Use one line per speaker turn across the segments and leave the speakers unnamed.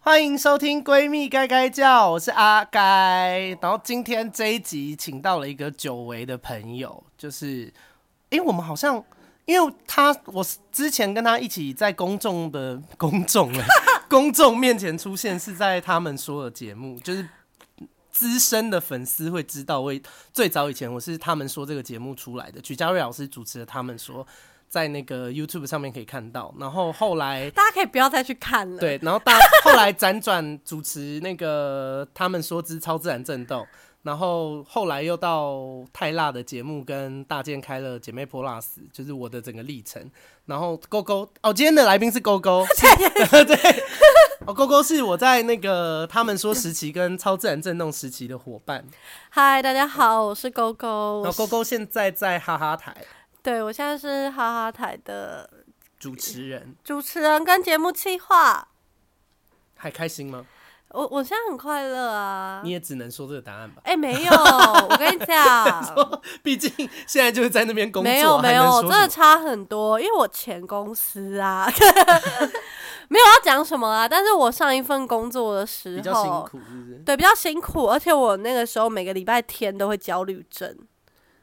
欢迎收听《闺蜜该该叫》，我是阿该。然后今天这一集请到了一个久违的朋友，就是，诶，我们好像，因为他我之前跟他一起在公众的公众 欸公众面前出现，是在他们说的节目，就是资深的粉丝会知道，我最早以前我是他们说这个节目出来的，曲家瑞老师主持的，他们说在那个 YouTube 上面可以看到，然后后来。
大家可以不要再去看了。，
对，然后大后来辗转主持那个他们说之超自然震动，然后后来又到泰辣的节目跟大健开了姐妹 Plus，就是我的整个历程。然后勾勾哦，今天的来宾是勾 勾，是 对，哦勾勾是我在那个他们说时期跟超自然震动时期的伙伴，
嗨，大家好，我是勾勾。我
然后
是
勾勾现在在哈哈台
对我现在是哈哈台的
主持人，
主持人跟节目企划。
还开心吗？
我我现在很快乐啊
你。也只能说这个答案吧，
哎、没有，我跟你 讲，
毕竟现在就是在那边工作，
没有
还
没
能
有，
说
真
什么
的差很多。因为我前公司啊， 没有要讲什么啊，但是我上一份工作的时
比较辛
候，
苦，是不是？
对比较辛苦，而且我那个时候每个礼拜天都会焦虑症。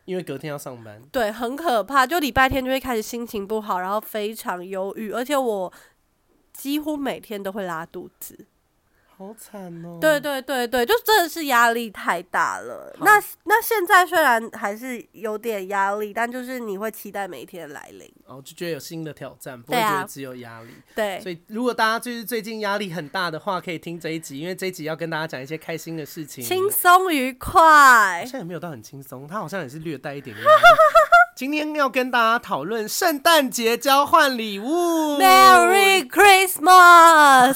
因为隔天要上班，
对，很可怕。就礼拜天就会开始心情不好，然后非常忧郁，而且我几乎每天都会拉肚子。
好惨哦。
对，对对对，就真的是压力太大了。
好
那那现在虽然还是有点压力，但就是你会期待每一天的来临。
然哦后就觉得有新的挑战，不会
对啊
觉得只有压力。
对
所，以如果大家就是最近压力很大的话，可以听这一集，因为这一集要跟大家讲一些开心的事情。
轻松愉快
好。像也没有到很轻松，他好像也是略带一 点压力。今天要跟大家讨论圣诞节交换礼物
Merry Christmas！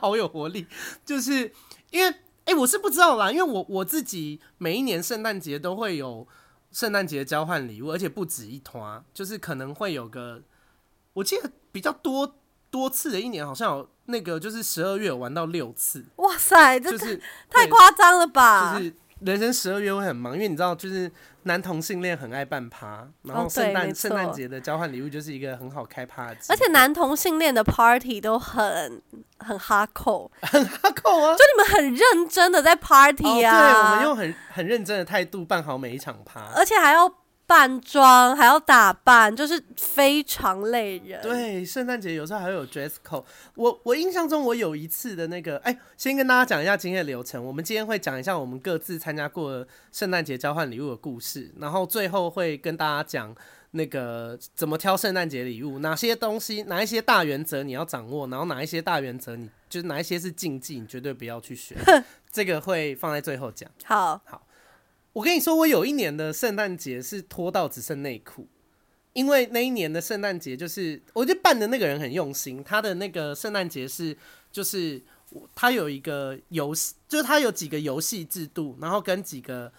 好有活力，就是因为哎、诶我是不知道啦，因为我我自己每一年圣诞节都会有圣诞节交换礼物，而且不止一团，就是可能会有个，我记得比较多多次的一年，好像有那个就是十二月有玩到六次，
哇塞，这、
就是
太夸张了吧！
就是人生十二月会很忙，因为你知道，就是男同性恋很爱办趴，然后
哦对
圣诞
没错
圣诞节的交换礼物就是一个很好开趴的机会，哦
而且男同性恋的 party 都很很哈 扣，
他扣啊。
就你们很认真的在 party
哦、对，我
啊，
们用很很认真的态度办好每一场趴，
而且还要扮装，还要打扮，就是非常累人。，
对，圣诞节有时候还会有 dress code。我我印象中，我有一次的那个，哎、先跟大家讲一下今天的流程。我们今天会讲一下我们各自参加过的圣诞节交换礼物的故事，然后最后会跟大家讲那个怎么挑圣诞节礼物，哪些东西，哪一些大原则你要掌握，然后哪一些大原则你就是哪一些是禁忌，你绝对不要去学。这个会放在最后讲。
好，
我跟你说，我有一年的圣诞节是拖到只剩内裤，因为那一年的圣诞节就是，我就办的那个人很用心，他的那个圣诞节是就是我他有一个游戏，就是他有几个游戏制度，然后跟几个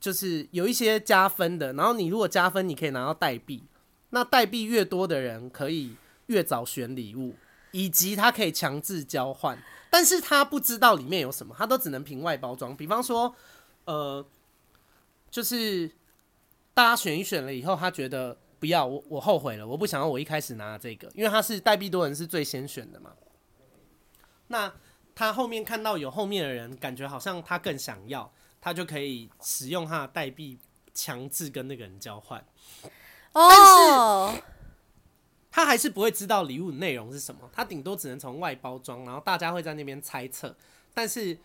就是有一些加分的，然后你如果加分，你可以拿到代币，那代币越多的人可以越早选礼物，以及他可以强制交换，但是他不知道里面有什么，他都只能凭外包装，比方说，呃。就是大家选一选了以后，他觉得不要我，我后悔了，我不想要我一开始拿的这个，因为他是代币多人是最先选的嘛。那他后面看到有后面的人，感觉好像他更想要，他就可以使用他的代币强制跟那个人交换。
哦，
他还是不会知道礼物内容是什么，他顶多只能从外包装，然后大家会在那边猜测。但是，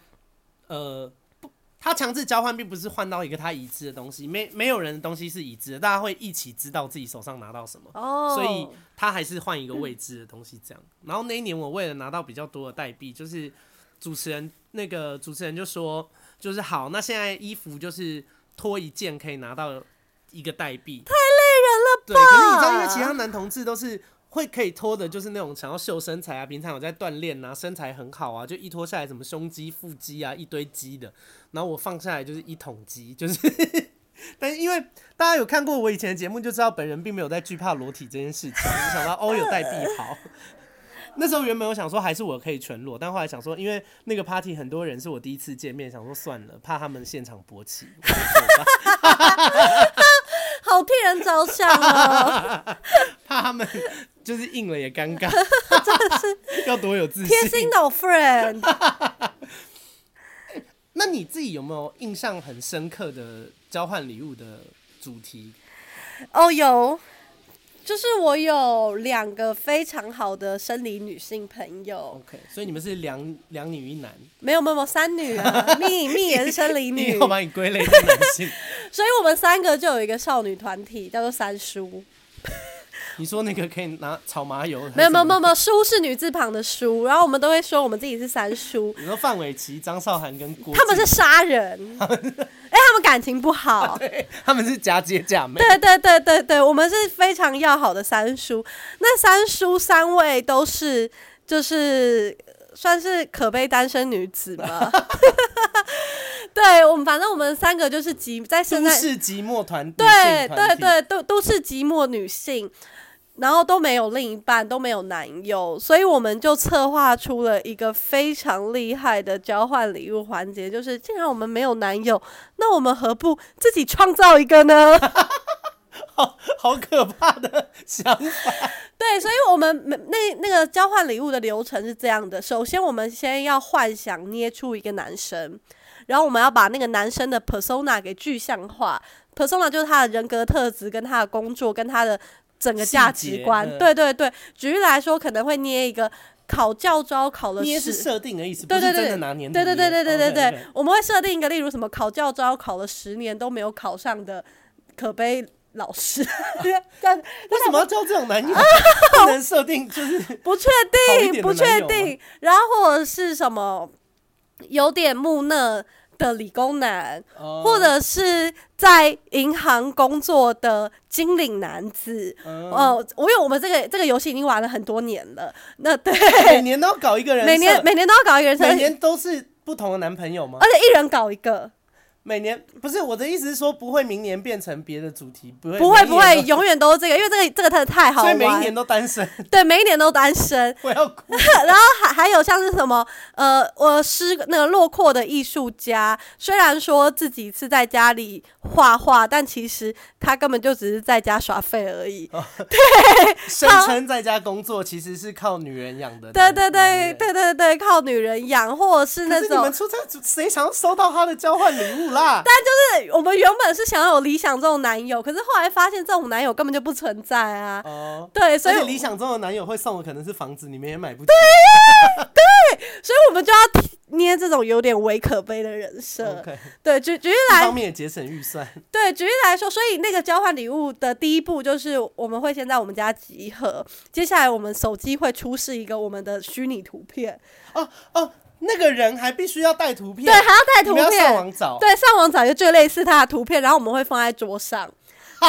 呃，不，他强制交换并不是换到一个他已知的东西，没没有人的东西是已知的，大家会一起知道自己手上拿到什么，
哦，
所以他还是换一个未知的东西这样。然后那一年我为了拿到比较多的代币，就是主持人那个主持人就说，就是好，那现在衣服就是脱一件可以拿到一个代币，对，可是你知道，因为其他男同志都是会可以脱的，就是那种想要秀身材啊，平常有在锻炼啊，身材很好啊，就一脱下来什么胸肌、腹肌啊，一堆肌的。然后我放下来就是一桶肌，就是。 但是因为大家有看过我以前的节目，就知道本人并没有在惧怕裸体这件事情。 没想到哦，有带必袍。 那时候原本我想说还是我可以全裸，但后来想说，因为那个 party 很多人是我第一次见面，想说算了，怕他们现场勃起， 我就作罢
好替人着想哦。
怕他们就是硬了也尴 尬，真的 是 要多有自信。
贴心的 friend，
那你自己有没有印象很深刻的交换礼物的主题？
哦有，就是我有两个非常好的生理女性朋友，
OK，所以你们是两两女一男，
没有没有没有三 女啊，蜜蜜也是生理
你
女，
要把你归类在男性。
所以我们三个就有一个少女团体，叫做三叔。
你说那个可以拿炒麻油？
没有没有没有没有，叔是女字旁的叔，然后我们都会说我们自己是三叔，
你说范玮琪、张韶涵跟郭靖，
他们是杀人，哎、他们感情不好。
对，他们是假姐假妹。
对对对对对，我们是非常要好的三叔。那三叔三位都是就是算是可悲单身女子嘛。对我们，反正我们三个就是集在现
都
在
市寂寞团体，
对
女性
对
团体，
对，都都是寂寞女性，然后都没有另一半，都没有男友，所以我们就策划出了一个非常厉害的交换礼物环节，就是既然我们没有男友，那我们何不自己创造一个呢？
好好可怕的想法。
对，所以我们每那那个交换礼物的流程是这样的：首先，我们先要幻想捏出一个男生，然后我们要把那个男生的 persona 给具象化。persona 就是他的人格特质、跟他的工作、跟他的整个价
细
值
节
观。
嗯
对对对，举例来说，可能会捏一个考教招考了
捏是
十
设定的意思，
对对
不是
对
真的拿年
对对对对对对对
OK，OK，
我们会设定一个，例如什么考教招考了十年都没有考上的可悲老师， 但
为什么要交这种男友？ 不能设定就是
不确
好一
定，
点
不
的
确
男友吗
定。然后或者是什么有点木讷的理工男，
哦
或者是在银行工作的金领男子。
哦，
哦，我有我们这个这个游戏已经玩了很多年了。那对，
每年都要搞一个人设，
每年每年都要搞一个人设，
每
而且
年都是不同的男朋友吗？
而且一人搞一个，
每年不是我的意思是说，不会明年变成别的主题，不会
不
不
会不会，，永远都是这个，因为这个这个真的太好
所以每一年
玩。
都单身，
对，每一年都单身，
我要哭。
然后还还有像是什么呃，我是那个落魄的艺术家，虽然说自己是在家里画画，但其实他根本就只是在家耍废而已。
哦声称在家工作其实是靠女人养的，
对对对
男人。
对对对，靠女人养，或者是那
可是你
种
们。出差，谁想要收到他的交换礼物啦？
对哎我们原本是想要有理想这种男友，可是后来发现这种男友根本就不存在啊。
哦，
对，所
而
以
且理想中的男友会送的可能是房子，你们也买不起。
所以我们就要提捏这种有点伪可悲的人设。
OK，
对，举举例
一
来
方面也节省预算。
对，举例来说，所以那个交换礼物的第一步就是我们会先在我们家集合，接下来我们手机会出示一个我们的虚拟图片，
哦哦，那个人还必须要带图片，
对，还要带
你
图
们要上
片，
网哦找。
对，上网找一个最类似他的图片，然后我们会放在桌上，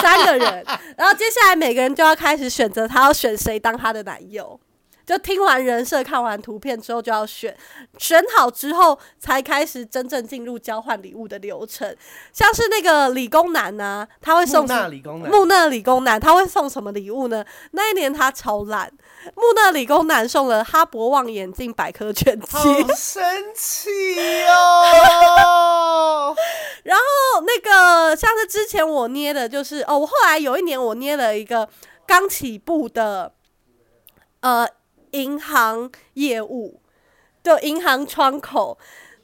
三 个人，然后接下来每个人就要开始选择他要选谁当他的男友。就听完人设、看完图片之后就要选，选好之后才开始真正进入交换礼物的流程。像是那个理工男呢、他会送
木
什么
讷理工男，
木讷理工男他会送什么礼物呢？那一年他超懒，木讷理工男送了哈勃望远镜百科全集，
好生气 哦！
哦，那个像是之前我捏的，就是哦，我后来有一年我捏了一个刚起步的，呃，银行业务，就银行窗口。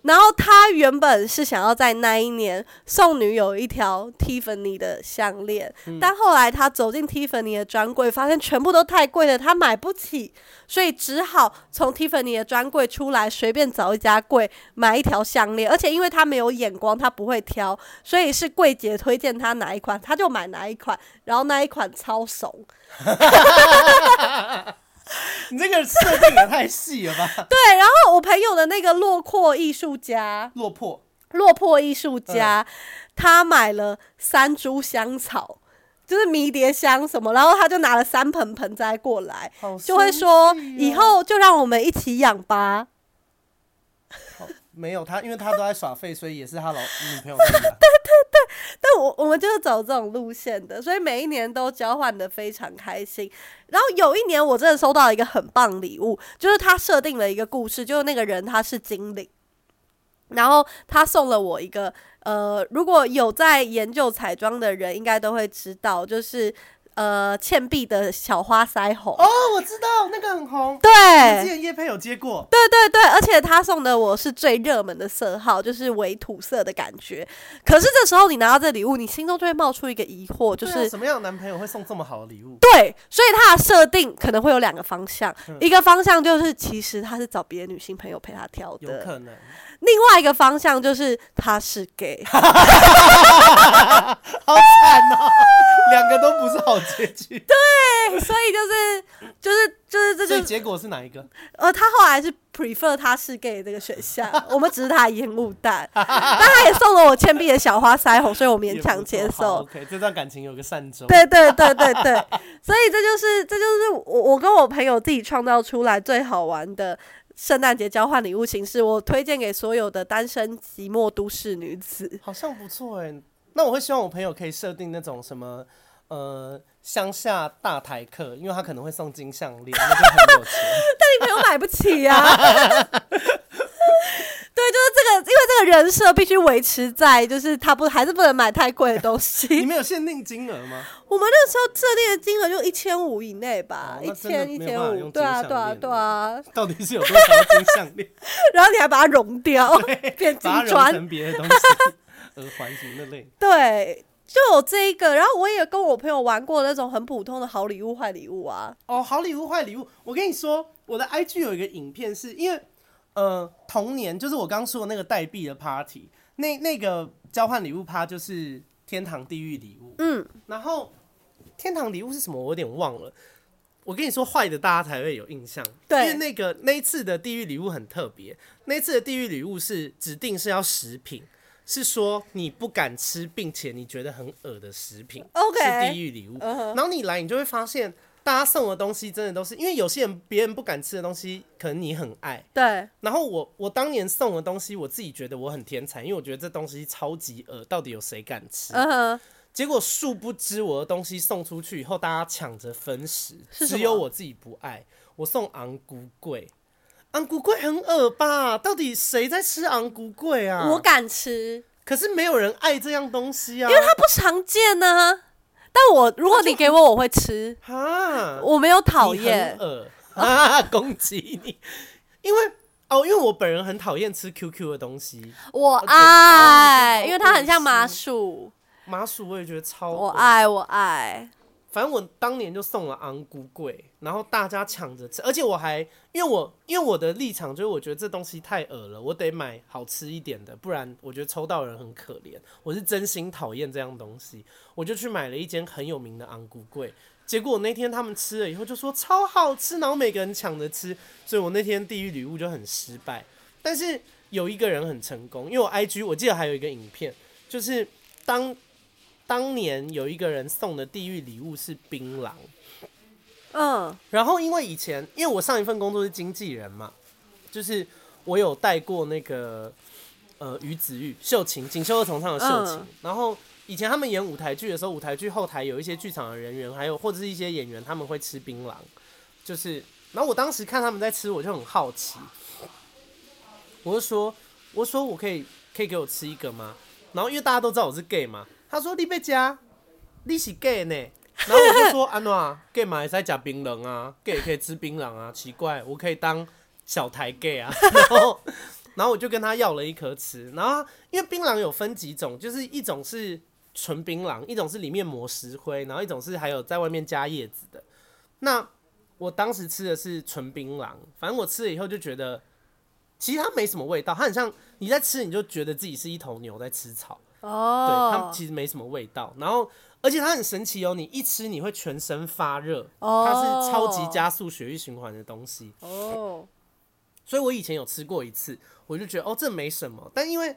然后他原本是想要在那一年送女友一条 Tiffany 的项链，但后来他走进 Tiffany 的专柜，发现全部都太贵了，他买不起，所以只好从 Tiffany 的专柜出来，随便找一家柜买一条项链。而且因为他没有眼光，他不会挑，所以是柜姐推荐他哪一款，他就买哪一款，然后那一款超怂。
你这个设定也太细了吧？
对，然后我朋友的那个落魄艺术家，
落魄，
落魄艺术家，
嗯
他买了三株香草，就是迷迭香什么，然后他就拿了三盆盆栽过来，
好哦
就会
生
说
气
以
哦
后就让我们一起养吧。
好没有他，因为他都在耍废，所以也是他 老女朋友在养。
但我我们就是走这种路线的，所以每一年都交换的非常开心。然后有一年我真的收到一个很棒礼物，就是他设定了一个故事，就是那个人他是精灵，然后他送了我一个呃，如果有在研究彩妆的人应该都会知道，就是。呃倩碧的小花腮红。
哦，我知道那个很红，之
对
前叶佩有接过，
对对对，而且他送的我是最热门的色号，就是伪土色的感觉。可是这时候你拿到这礼物，你心中就会冒出一个疑惑，就
对啊
是
什么样的男朋友会送这么好的礼物？
对，所以它的设定可能会有两个方向，
嗯
一个方向就是其实他是找别的女性朋友陪他挑
有
的，
可能，
另外一个方向就是他是 gay，
好惨哦，两个都不是好结局。
对，所以就是就是 就是这
所以
就是
结果是哪一个？
呃，他后来是 prefer 他是 gay 的这个选项，我们只是他的烟雾弹， 但他也送了我倩碧的小花腮红，所以我勉强接
好
受。
OK，这段感情有个善终。
对 对对对对，所以这就是这就是我我跟我朋友自己创造出来最好玩的圣诞节交换礼物形式，我推荐给所有的单身寂寞都市女子。
好像不错哎、那我会希望我朋友可以设定那种什么，呃，乡下大台客，因为他可能会送金项链，那就很有 钱。
但你朋友买不起呀、 啊。对，就是这个，因为这个人设必须维持在，就是他不还是不能买太贵的东
你
西。
们有限定金额吗？
我们那时候设定的金额就一千五以内吧，
哦
一
那真的
千一
没有
千
办法
五，
用
对啊
金项
对啊
链
对啊。
到底是有多少金项链？
然后你还把它融掉，变金
把它融
砖，
成别的东西， 耳环什么的类。
对，就有这一个。然后我也跟我朋友玩过那种很普通的好礼物、坏礼物啊。
哦，好礼物坏礼物，我跟你说，我的 IG 有一个影片是，因为呃，童年就是我刚说的那个代币的 party，那那个交换礼物趴就是天堂地狱礼物，
嗯，
然后天堂礼物是什么，我有点忘了。我跟你说坏的，大家才会有印象。因
对
为那个那一次的地狱礼物很特别，那一次的地狱礼物是指定是要食品，是说你不敢吃，并且你觉得很恶的食品
OK
是地狱礼物。
嗯哼
然后你来，你就会发现，大家送的东西真的都是，因为有些人别人不敢吃的东西，可能你很爱。
对，
然后我我当年送的东西，我自己觉得我很天才，因为我觉得这东西超级恶，到底有谁敢吃？
嗯哼，
结果殊不知我的东西送出去以后，大家抢着分食，
是什
只
么
有我自己不爱。我送昂菇桂，昂菇桂很恶吧？到底谁在吃昂菇桂啊？
我敢吃，
可是没有人爱这样东西啊！
因为它不常见呢、但我如果你给我，我会吃，
哈，
我没有讨
呃你
厌
很。恶啊，攻击你，因为。哦，因为我本人很讨厌吃 QQ 的东西，
我
觉得哦
爱，
这
因为它
好哦
很像
恶
麻
心
薯。
麻薯我也觉得超
我
恶
爱，我爱。
反正我当年就送了昂菇桂，然后大家抢着吃，而且我还因为我因为我的立场就是我觉得这东西太恶了，我得买好吃一点的，不然我觉得抽到人很可怜。我是真心讨厌这样东西，我就去买了一间很有名的昂菇桂。结果那天他们吃了以后就说超好吃，然后每个人抢着吃，所以我那天地狱礼物就很失败。但是有一个人很成功，因为我 IG 我记得还有一个影片，就是当当年有一个人送的地狱礼物是槟榔，
嗯，
然后因为以前因为我上一份工作是经纪人嘛，就是我有带过那个呃于子玉、秀琴、锦绣二重唱的秀琴，
嗯
然后以前他们演舞台剧的时候，舞台剧后台有一些剧场的人员，还有或者是一些演员，他们会吃槟榔，就是，然后我当时看他们在吃，我就很好奇，我就说，我说我可以可以给我吃一个吗？然后因为大家都知道我是 gay 嘛，他说你被加，你是 gay 呢。然后我就说安诺，gay 嘛也在夹槟榔啊，gay 也可以吃槟榔啊，奇怪，我可以当小台 gay 啊。 然后，然后我就跟他要了一颗吃。然后，因为槟榔有分几种，就是一种是纯槟榔，一种是里面磨石灰，然后一种是还有在外面加叶子的。那我当时吃的是纯槟榔，反正我吃了以后就觉得，其实它没什么味道，它很像你在吃，你就觉得自己是一头牛在吃草。对，它
哦，
其实没什么味道。然后，而且它很神奇哦，你一吃你会全身发热，
哦
它是超级加速血液循环的东西。
哦，
所以我以前有吃过一次，我就觉得哦，这没什么。但因为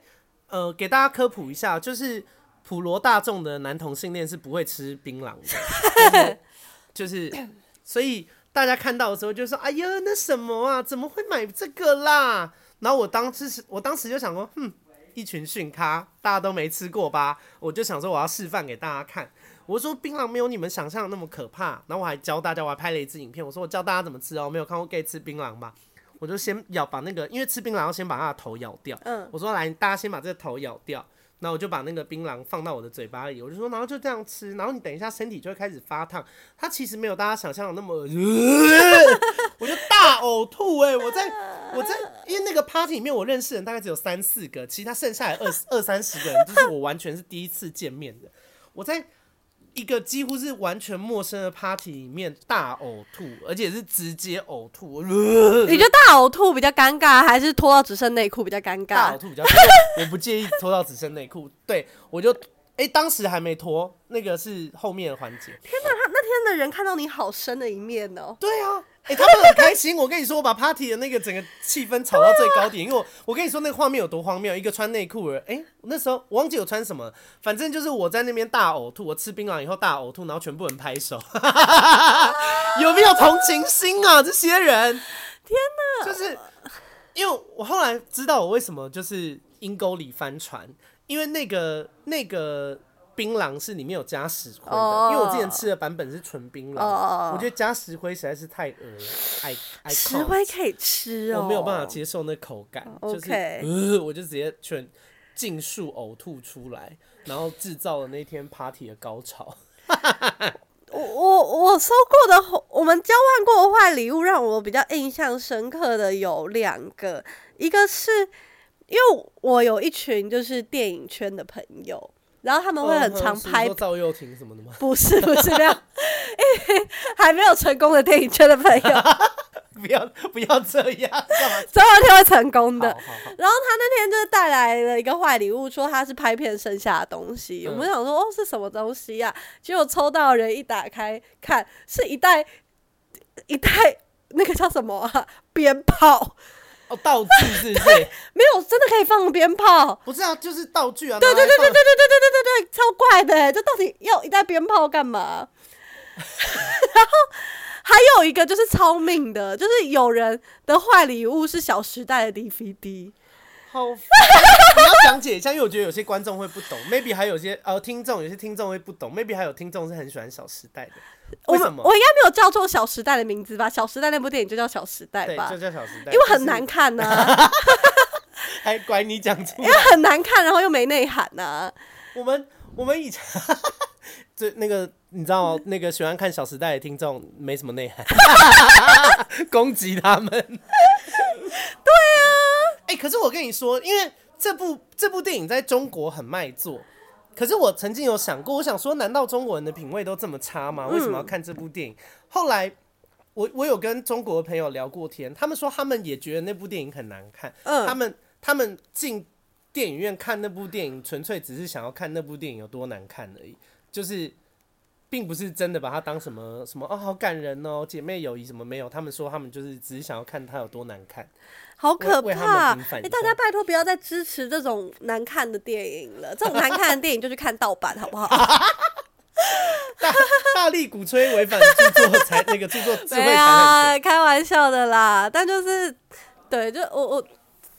呃，给大家科普一下，就是普罗大众的男同性恋是不会吃槟榔的， 然后就是所以大家看到的时候就说：“哎呀，那什么啊，怎么会买这个啦？”然后我当时我当时就想说，哼，一群逊咖，大家都没吃过吧？我就想说我要示范给大家看。我说槟榔没有你们想象的那么可怕，然后我还教大家，我还拍了一支影片，我说我教大家怎么吃哦，没有看过 gay 吃槟榔吧？我就先咬把那个，因为吃槟榔要先把它的头咬掉。
嗯
我说来，大家先把这个头咬掉，然后我就把那个槟榔放到我的嘴巴里，我就说，然后就这样吃，然后你等一下身体就会开始发烫。它其实没有大家想象的那么恶心， 我就大呕吐哎、我在我在，因为那个 party 里面我认识的人大概只有三四个，其他剩下来二十二三十个人，就是我完全是第一次见面的。我在一个几乎是完全陌生的 party 里面大呕吐，而且是直接呕吐，我
你觉得大呕吐比较尴尬，还是脱到只剩内裤比较尴
大
尬
呕？吐比较，我不介意脱到只剩内裤。对我就，哎、当时还没脱，那个是后面的环节。
天哪，他那天的人看到你好深的一面哦。
对啊，哎、他们很开心。我跟你说，我把 party 的那个整个气氛炒到最高点，因为我我跟你说那个画面有多荒谬，一个穿内裤的人，哎、那时候我忘记我穿什么，反正就是我在那边大呕吐，我吃槟榔以后大呕吐，然后全部人拍手，
啊
有没有同情心啊？这些人，天哪！就是因为我后来知道我为什么就是阴沟里翻船，因为那个那个。槟榔是里面有加石灰的
哦
因为我之前吃的版本是纯槟榔
哦
我觉得加石灰实在是太恶了，I I
石灰可以吃哦，
我没有办法接受那口感，就是
OK
呃，我就直接全尽数呕吐出来，然后制造了那天 party 的高潮。
我我我收过的红，我们交换过的坏礼物，让我比较印象深刻的有两个，一个是因为我有一群就是电影圈的朋友，然后他们会很常
嗯哼
拍
是说赵又廷什么的吗？
不是不是没有，因 为还没有成功的电影圈的朋友， 总
不要不要这样，干嘛
有一天会成功的
好。好好，
然后他那天就是带来了一个坏礼物，说他是拍片剩下的东西。
嗯
我们想说哦是什么东西呀、结果抽到的人一打开看，是一袋一袋那个叫什么啊鞭炮，
哦，道具是不 是？
没有真的可以放鞭炮。
不是啊，就是道具啊。
对对对对对
对，
对对对对对，超怪的欸，这到底要一袋鞭炮干嘛？ 然后还有一个就是超命的，就是有人的坏礼物是《小时代》的 DVD。
好烦。 你要讲解一下，因为我觉得有些观众会不懂，maybe 还有些呃听众，有些听众会不懂，maybe 还有听众是很喜欢《小时代》的。
我
为
们
什么？
我应该没有叫错《小时代》的名字吧？《小时代》那部电影就叫《小时代》
对，
吧
就，叫《小时代》，
因为
就是
很难看呐、
还拐你讲出来
因为很难看，然后又没内涵啊呐、
我们我们以前 最那个你知道吗？那个喜欢看《小时代》的听众没什么内涵， 攻击他们。对啊，哎、可是我跟你说，因为这部这部电影在中国很卖座。可是我曾经有想过，我想说，难道中国人的品味都这么差吗？为什么要看这部电影？后来我我有跟中国的朋友聊过天，他们说他们也觉得那部电影很难看，
嗯
他们他们进电影院看那部电影，纯粹只是想要看那部电影有多难看而已，就是并不是真的把它当什么什么哦，好感人哦，姐妹友谊什么没有，他们说他们就是只是想要看它有多难看，
好可
为为
怕！
他们
哎
平、反一下
大家拜托不要再支持这种难看的电影了，这种难看的电影就去看盗版好 不
啊
好？
大大力鼓吹违反著作才那个著作智慧
对
财产权。
啊，开玩笑的啦。但就是，对，就我我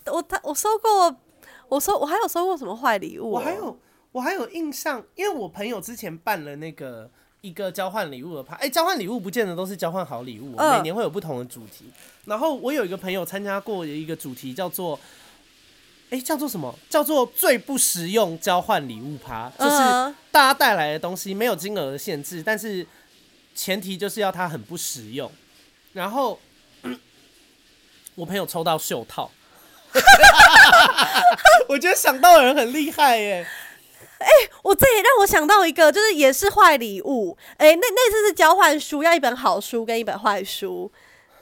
我他我收过，我收我还有收过什么坏礼物、啊
我还。有我还有印象，因为我朋友之前办了那个一个交换礼物的趴，哎、交换礼物不见得都是交换好礼物哦，
嗯
每年会有不同的主题。然后我有一个朋友参加过一个主题叫做。哎、叫做什么？叫做最不实用交换礼物趴，就是
嗯
大家带来的东西没有金额的限制，但是前提就是要它很不实用。然后我朋友抽到袖套， 我觉得想到的人很厉害耶。
我哦这也让我想到一个，就是也是坏礼物。哎、那那次是交换书，要一本好书跟一本坏书。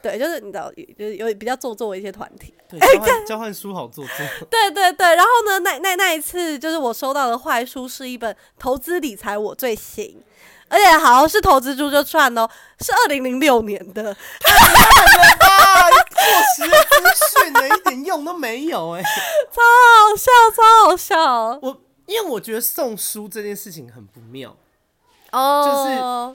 对，就是你知道，就是有比较做作的一些团体。
对，交换交换书好做作。
对对对，然后呢，那那那一次就是我收到的坏书是一本投资理财，我最行。而且好是投资猪就算喽，是二零零六年的，
啊，过时的资讯呢，一点用都没有哎。
超好笑，超好笑
我因为我觉得送书这件事情很不妙，
哦，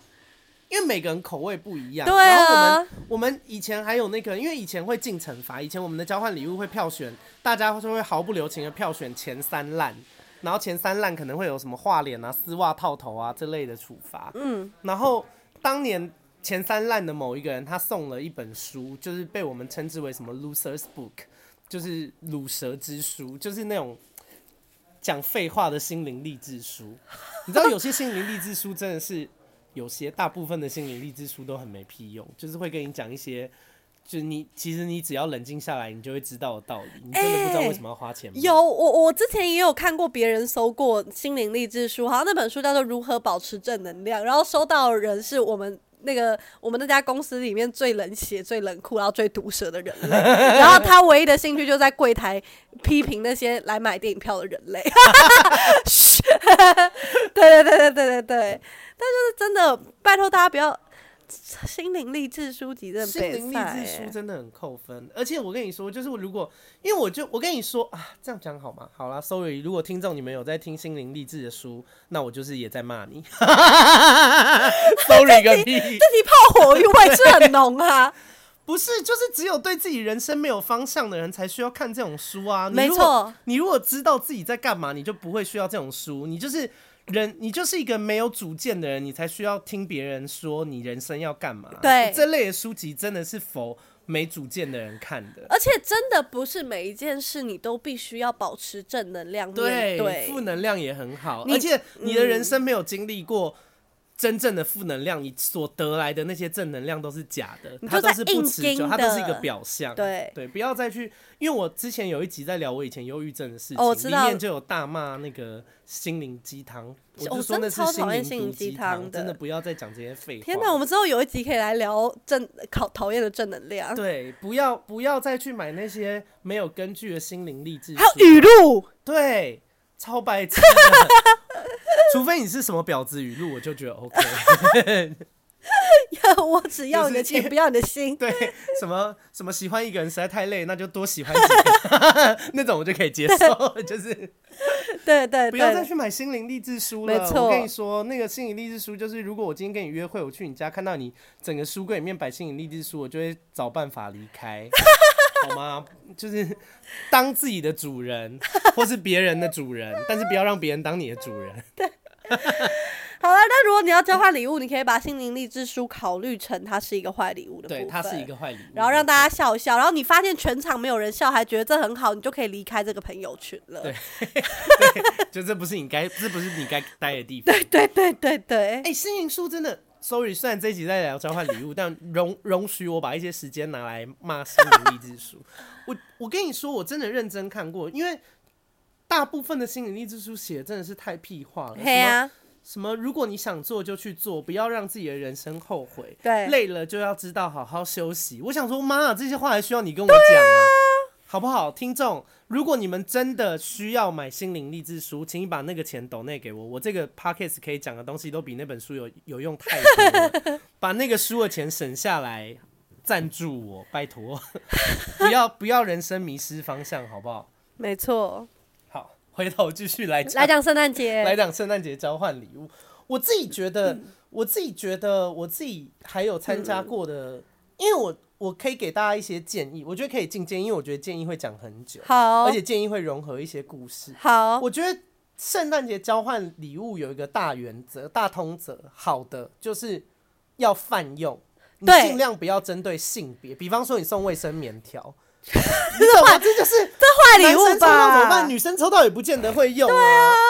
因为每个人口味不一样。
对啊
然后我们我们以前还有那个，因为以前会进惩罚，以前我们的交换礼物会票选，大家就会毫不留情的票选前三烂。然后前三烂可能会有什么画脸啊、丝袜套头啊这类的处罚。嗯，然后当年前三烂的某一个人，他送了一本书，就是被我们称之为什么 “losers book”，就是卤蛇之书，就是那种讲废话的心灵励志书。你知道有些心灵励志书真的是，有些大部分的心灵励志书都很没屁用，就是会跟你讲一些，就是你其实你只要冷静下来，你就会知道的道理。你真的不知道为什么要花钱买。
哎有我，我之前也有看过别人搜过心灵励志书，好像那本书叫做《如何保持正能量》，然后收到的人是我们那个我们那家公司里面最冷血、最冷酷，然后最毒舌的人 类。然后他唯一的兴趣就在柜台批评那些来买电影票的人 类。嘘对对对对对对对，但就是真的，拜托大家不要心灵励志书籍真的欸
心
被
灵励志书真的很扣分，而且我跟你说，就是如果因为我就我跟你说啊，这样讲好吗？好啦，sorry，如果听众你们有在听心灵励志的书，那我就是也在骂你 ，sorry 个 屁！
这题欸炮火味是很浓啊。
不是，就是只有对自己人生没有方向的人才需要看这种书 啊。你
没
如
错
果，你如果知道自己在干嘛，你就不会需要这种书。你就是人，你就是一个没有主见的人，你才需要听别人说你人生要干嘛。
对
这类的书籍真的是否没主见的人看的。
而且真的不是每一件事你都必须要保持正能量面
对，
对。
负能量也很好，
你嗯
而且你的人生没有经历过真正的负能量，你所得来的那些正能量都是假的
你，就
它都
在
是不持
硬
久，
盯
它都是一个
的
表象。
对
对，不要再去，因为我之前有一集在聊我以前忧郁症的事情，
哦我知道
里面就有大骂那个心灵鸡汤，我
我
就说
真的
那是
超讨厌
心
心
灵
灵
毒
鸡
鸡
汤
汤，
的
真的不要再讲这些废话。
天哪，我们之后有一集可以来聊正考讨厌的正能量，
对，不要不要再去买那些没有根据的心灵励志书，
还有语录，
对，超白痴的。 除非你是什么婊子语录，我就觉得 OK。
要我只要你的
就是
钱，不要你的心。
对，什么什么喜欢一个人实在太累，那就多喜欢几个， 那种我就可以接 受。就是
对对
不要再
对，
去买心灵励志书了。
没错
我跟你说，那个心灵励志书就是，如果我今天跟你约会，我去你家看到你整个书柜里面摆心灵励志书，我就会找办法离 开。好吗？就是当自己的主人，或是别人的主人，但是不要让别人当你的主 人。
好了，那如果你要交换礼物，你可以把心灵励志书考虑成它是一个坏礼物的部
对，
分，
它是一个坏礼物。
然后让大家笑一笑，然后你发现全场没有人笑，还觉得这很好，你就可以离开这个朋友圈了。
对就这不是你该，这不是你该待的地方。
对 对对对对
哎、，心灵树真的，sorry，虽然这一集在聊交换礼物，但容容许我把一些时间拿来骂心灵励志 书。我我跟你说，我真的认真看过，因为大部分的心灵励志书写的真的是太屁话了。
嘿
哎
啊
什么
呀，
什么，如果你想做就去做，不要让自己的人生后悔。
对
累了就要知道好好休息。我想说，妈，这些话还需要你跟我讲啊？好不好，听众？如果你们真的需要买心灵励志书，请你把那个钱抖内给我。我这个 podcast 可以讲的东西都比那本书有有用太多了。把那个书的钱省下来，赞助我，拜托， 不要不要人生迷失方向，好不好？
没错。
好，回头继续来讲
来讲圣诞节，
来讲圣诞节交换礼物，我自己觉得，我自己觉得，我自己还有参加过的，因为我我可以给大家一些建议，我觉得可以进建议，因为我觉得建议会讲很久，
好
而，且建议会融合一些故事。
好，
我觉得圣诞节交换礼物有一个大原则、大通则，好的就是要泛用，你
对
尽量不要针对性别。比方说，你送卫生棉条，你懂吗？这就是
这坏礼
男生
物
抽到怎么
吧
办？？女生抽到也不见得会用啊，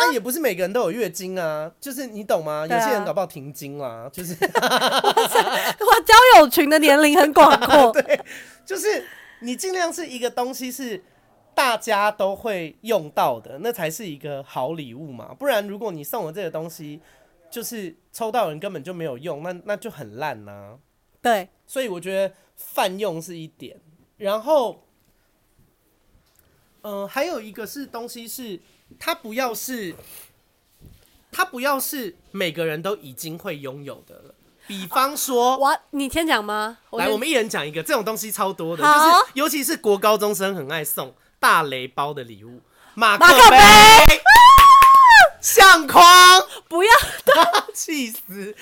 那、也不是每个人都有月经啊，就是你懂吗？
对
有
啊
些人搞不好停经啦，就是
哇，交友群的年龄很广 阔，
就是你尽量是一个东西是大家都会用到的，那才是一个好礼物嘛。不然如果你送了这个东西，就是抽到人根本就没有用，那那就很烂啊呐、
对，
所以我觉得泛用是一点，然后，嗯、还有一个是东西是它不要是，它不要是每个人都已经会拥有的了。比方说，
我你先讲吗？
来
先
啊我们一人讲一个，这种东西超多的，就
好
是尤其是国高中生很爱送大雷包的礼物，马
马
克
克
杯、相 框，
不要，
气死！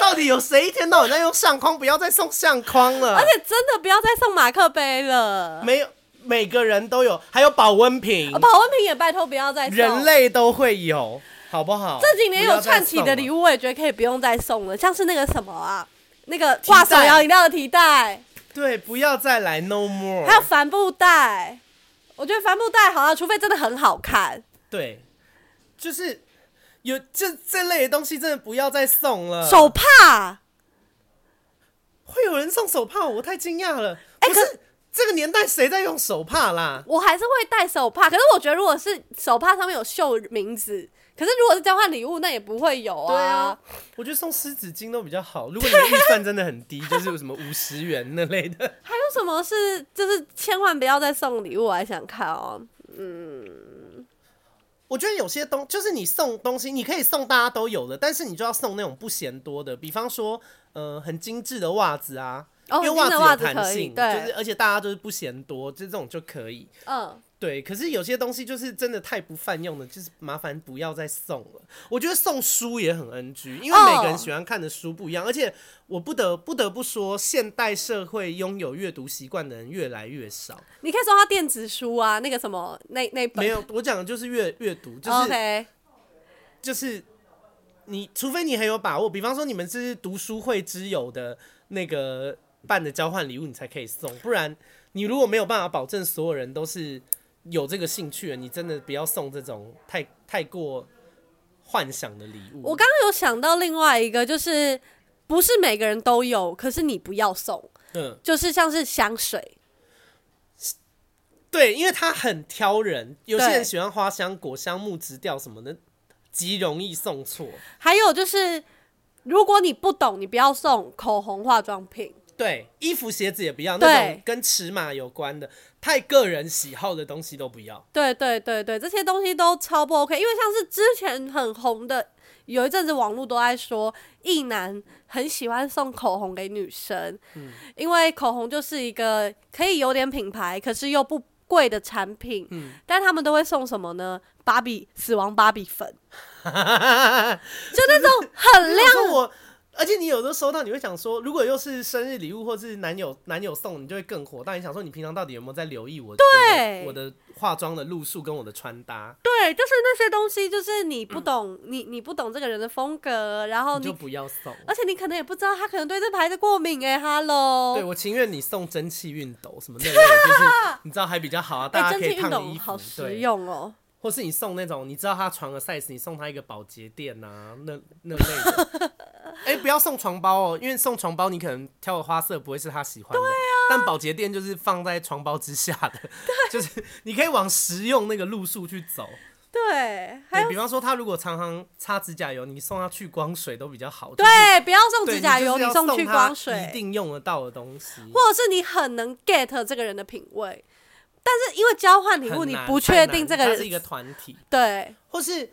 到底有谁一天到晚在用相框？不要再送相框了，
而且真的不要再送马克杯了，
没有，每个人都有，还有保温瓶，
啊保温瓶也拜托不要再送。
人类都会有，好不好？
哦这几年有串起的礼
物，
物，我也觉得可以不用再送了，像是那个什么啊，那个
提袋
挂手摇饮料的提袋，
对，不要再来，no more。
啊还有帆布袋。我觉得帆布袋好像，除非真的很好看，
对，就是有这这类的东西，真的不要再送了。
手帕，
会有人送手帕，我太惊讶了。
哎
不
可
是这个年代谁在用手帕啦？
我还是会戴手帕。可是我觉得，如果是手帕上面有绣名字，可是如果是交换礼物，那也不会有
对
啊
啊。我觉得送湿纸巾都比较好。如果你 的预算真的很低，就是有什么五十元那类的。
还有什么是就是千万不要再送礼物？我还想看哦。
我觉得有些东就是你送东西，你可以送大家都有的，但是你就要送那种不嫌多的，比方说，呃，很精致的袜子啊，
哦，
因为
金
子
的
有
袜子
弹
可以，
性，就是
对，
而且大家就是不嫌多，就这种就可以。
嗯，
对，可是有些东西就是真的太不泛用了，就是麻烦不要再送了。我觉得送书也很 NG，因为
哦
每个人喜欢看的书不一样，而且我不得不得不说，现代社会拥有阅读习惯的人越来越少。
你可以送他电子书啊，那个什么那那本
没有，我讲的就是阅阅读，就是
哦
嗯
OK，
就是你，除非你很有把握，比方说你们是读书会之友的那个办的交换礼物，你才可以送，不然你如果没有办法保证所有人都是有这个兴趣的，你真的不要送这种 太太过幻想的礼物。
我刚刚有想到另外一个，就是不是每个人都有，可是你不要送，
嗯，
就是像是香水，
对，因为它很挑人，有些
对
人喜欢花香、果香、木质调什么的，极容易送错。
还有就是如果你不懂，你不要送口红、化妆品。
对，衣服、鞋子也不要，
对
那种跟尺码有关的、太个人喜好的东西都不要。
对对对对，这些东西都超不 OK，因为像是之前很红的，有一阵子网络都在说，一男很喜欢送口红给女生，
嗯
因为口红就是一个可以有点品牌，可是又不贵的产品，
嗯
但他们都会送什么呢？芭比死亡芭比粉，就那种 很亮
亮说我，而且你有时候收到，你会想说，如果又是生日礼物或是男友男友送，你就会更火大。你想说，你平常到底有没有在留意我
对
我的我的化妆的路数跟我的穿搭？
对，就是那些东西，就是你不懂，你你不懂这个人的风格，然后
你
哦你
就不要送。
而且你可能也不知道他可能对这牌子过敏哎、哈喽。
对我情愿你送蒸汽熨斗什么那类的， 就是你知道还比较好啊，
哎、
大家
蒸
可
汽
以
运
烫
动
衣
好
服，
实
对，
用哦。
或是你送那种你知道他床的 size，你送他一个保洁垫啊，那那类的。 哎、不要送床包哦，因为送床包你可能挑的花色不会是他喜欢的。
啊
但保洁垫就是放在床包之下的，就是你可以往实用那个路数去走。
对，还
对
有
比方说，他如果常常擦指甲油，你送他去光水都比较好。就是
对，不要送
对
指甲油，
你就是要
送去
他
光
一
水，
定用得到的东西。
或者是你很能 get 这个人的品味，但是因为交换礼物，
很
你
难
不
太
确
难
定这个
它是一
人。
个团体。
对，
或是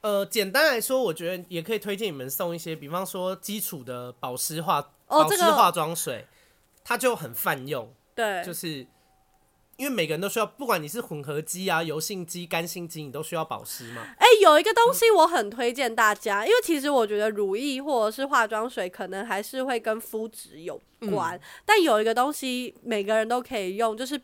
呃，简单来说，我觉得也可以推荐你们送一些，比方说基础的保湿化、
哦
保
这
湿
个
化妆水，它就很泛用，
对
就，是。因为每个人都需要，不管你是混合肌啊、油性肌、干性肌，你都需要保湿嘛。
哎、有一个东西我很推荐大家，因为其实我觉得乳液或者是化妆水可能还是会跟肤质有
嗯
关，但有一个东西每个人都可以用，就是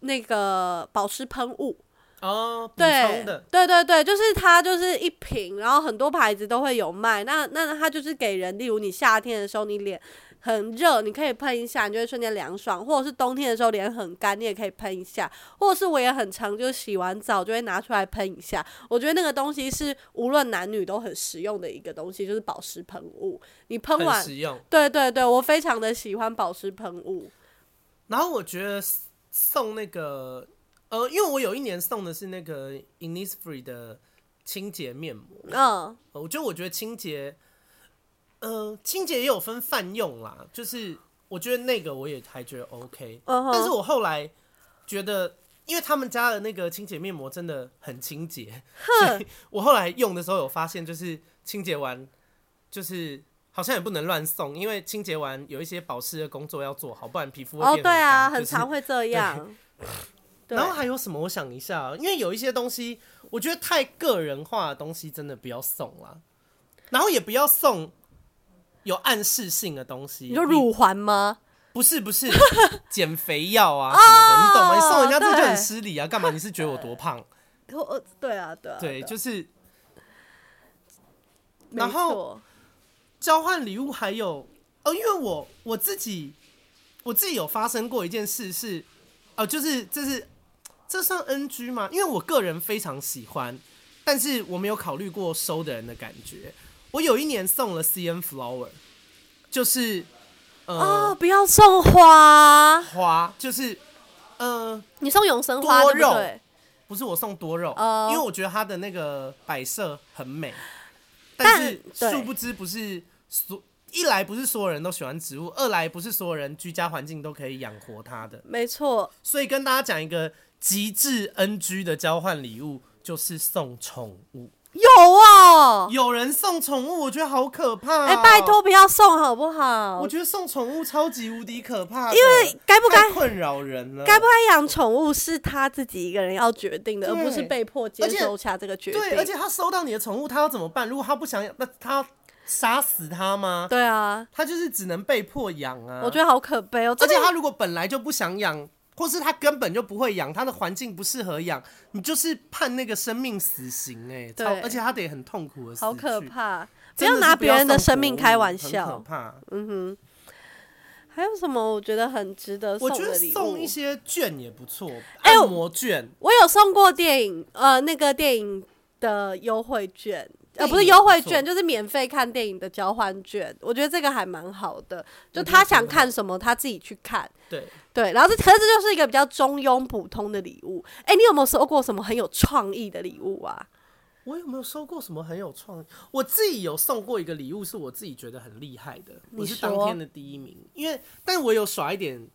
那个保湿喷雾。
哦，补
对
充的，
对对对，就是它就是一瓶，然后很多牌子都会有卖。那那它就是给人，例如你夏天的时候你脸很热，你可以喷一下，你就会瞬间凉爽；或者是冬天的时候脸很干，你也可以喷一下；或者是我也很常就是洗完澡就会拿出来喷一下。我觉得那个东西是无论男女都很实用的一个东西，就是保湿喷雾。你喷
很
完，
实用。
对对对，我非常的喜欢保湿喷雾。
然后我觉得送那个，呃，因为我有一年送的是那个 Innisfree 的清洁面膜，
嗯，
呃我觉得，我觉得清洁，呃，清洁也有分泛用啦，就是我觉得那个我也还觉得 OK，、
嗯哼
但是我后来觉得，因为他们家的那个清洁面膜真的很清洁，所以我后来用的时候有发现，就是清洁完，就是好像也不能乱送，因为清洁完有一些保湿的工作要做好，不然皮肤会
哦，
变
对啊，
干
很
就是
常会这样。对
然后还有什么？我想一下啊，因为有一些东西，我觉得太个人化的东西真的不要送啦，然后也不要送有暗示性的东西。
你说乳环吗？
不是 不是减肥药啊什么的，你懂吗？你送人家这个就很
哦对
失礼啊！干嘛？你是觉得我多胖？
我呃，对啊， 对啊，
对，就是
没
然后
错
交换礼物还有哦，因为我我自己我自己有发生过一件事是，呃哦、就是这是这算 NG 吗？因为我个人非常喜欢，但是我没有考虑过收的人的感觉。我有一年送了 C N flower，就是呃、
哦，不要送花，
花，就是呃
你送永生花
多
对不
肉
对？
不是我送多肉，
哦
因为我觉得它的那个摆设很美，
但
但是
对
殊不知不是所一来不是所有人都喜欢植物，二来不是所有人居家环境都可以养活它的。
没错，
所以跟大家讲一个极致 NG 的交换礼物，就是送宠物。
有哦。
有人送宠物，我觉得好可怕、哦
哎、拜，托不要送好不好
我？觉得送宠物超级无敌可怕的，
因为该不该
太困扰人了。
该不该养宠物是他自己一个人要决定的，而
对
不是被迫接受下这个决定。
对，而且他收到你的宠物，他要怎么办？如果他不想养，那他要杀死他吗？
对啊，
他就是只能被迫养啊。
我觉得好可悲哦。这
而且
个
他如果本来就不想养，或是他根本就不会养，他的环境不适合养，你就是判那个生命死刑哎、
对
超而且他得很痛苦的死去。
好可怕，不
真的
要
是
拿
不
别人的
送
生命
活物
开玩
很可
笑。
怕。
还有什么我觉得很值得送
我觉
的
得
礼物？
送一些券也不错，
哎
按
我
摩券。
我有送过电影，呃，那个电影的优惠券，呃，
电影
不是优惠
也
券，
不
就是免费看电影的交换券。我觉得这个还蛮好的，就
我觉得
他
这个
想
很好
看什么，他自己去看。
对，
对，然后这可是这就是一个比较中庸普通的礼物。哎、你有没有收过什么很有创意的礼物啊？
我有没有收过什么很有创意？我自己有送过一个礼物，是我自己觉得很厉害的，
你
我是当
说
天的第一名。因为，但我有耍一点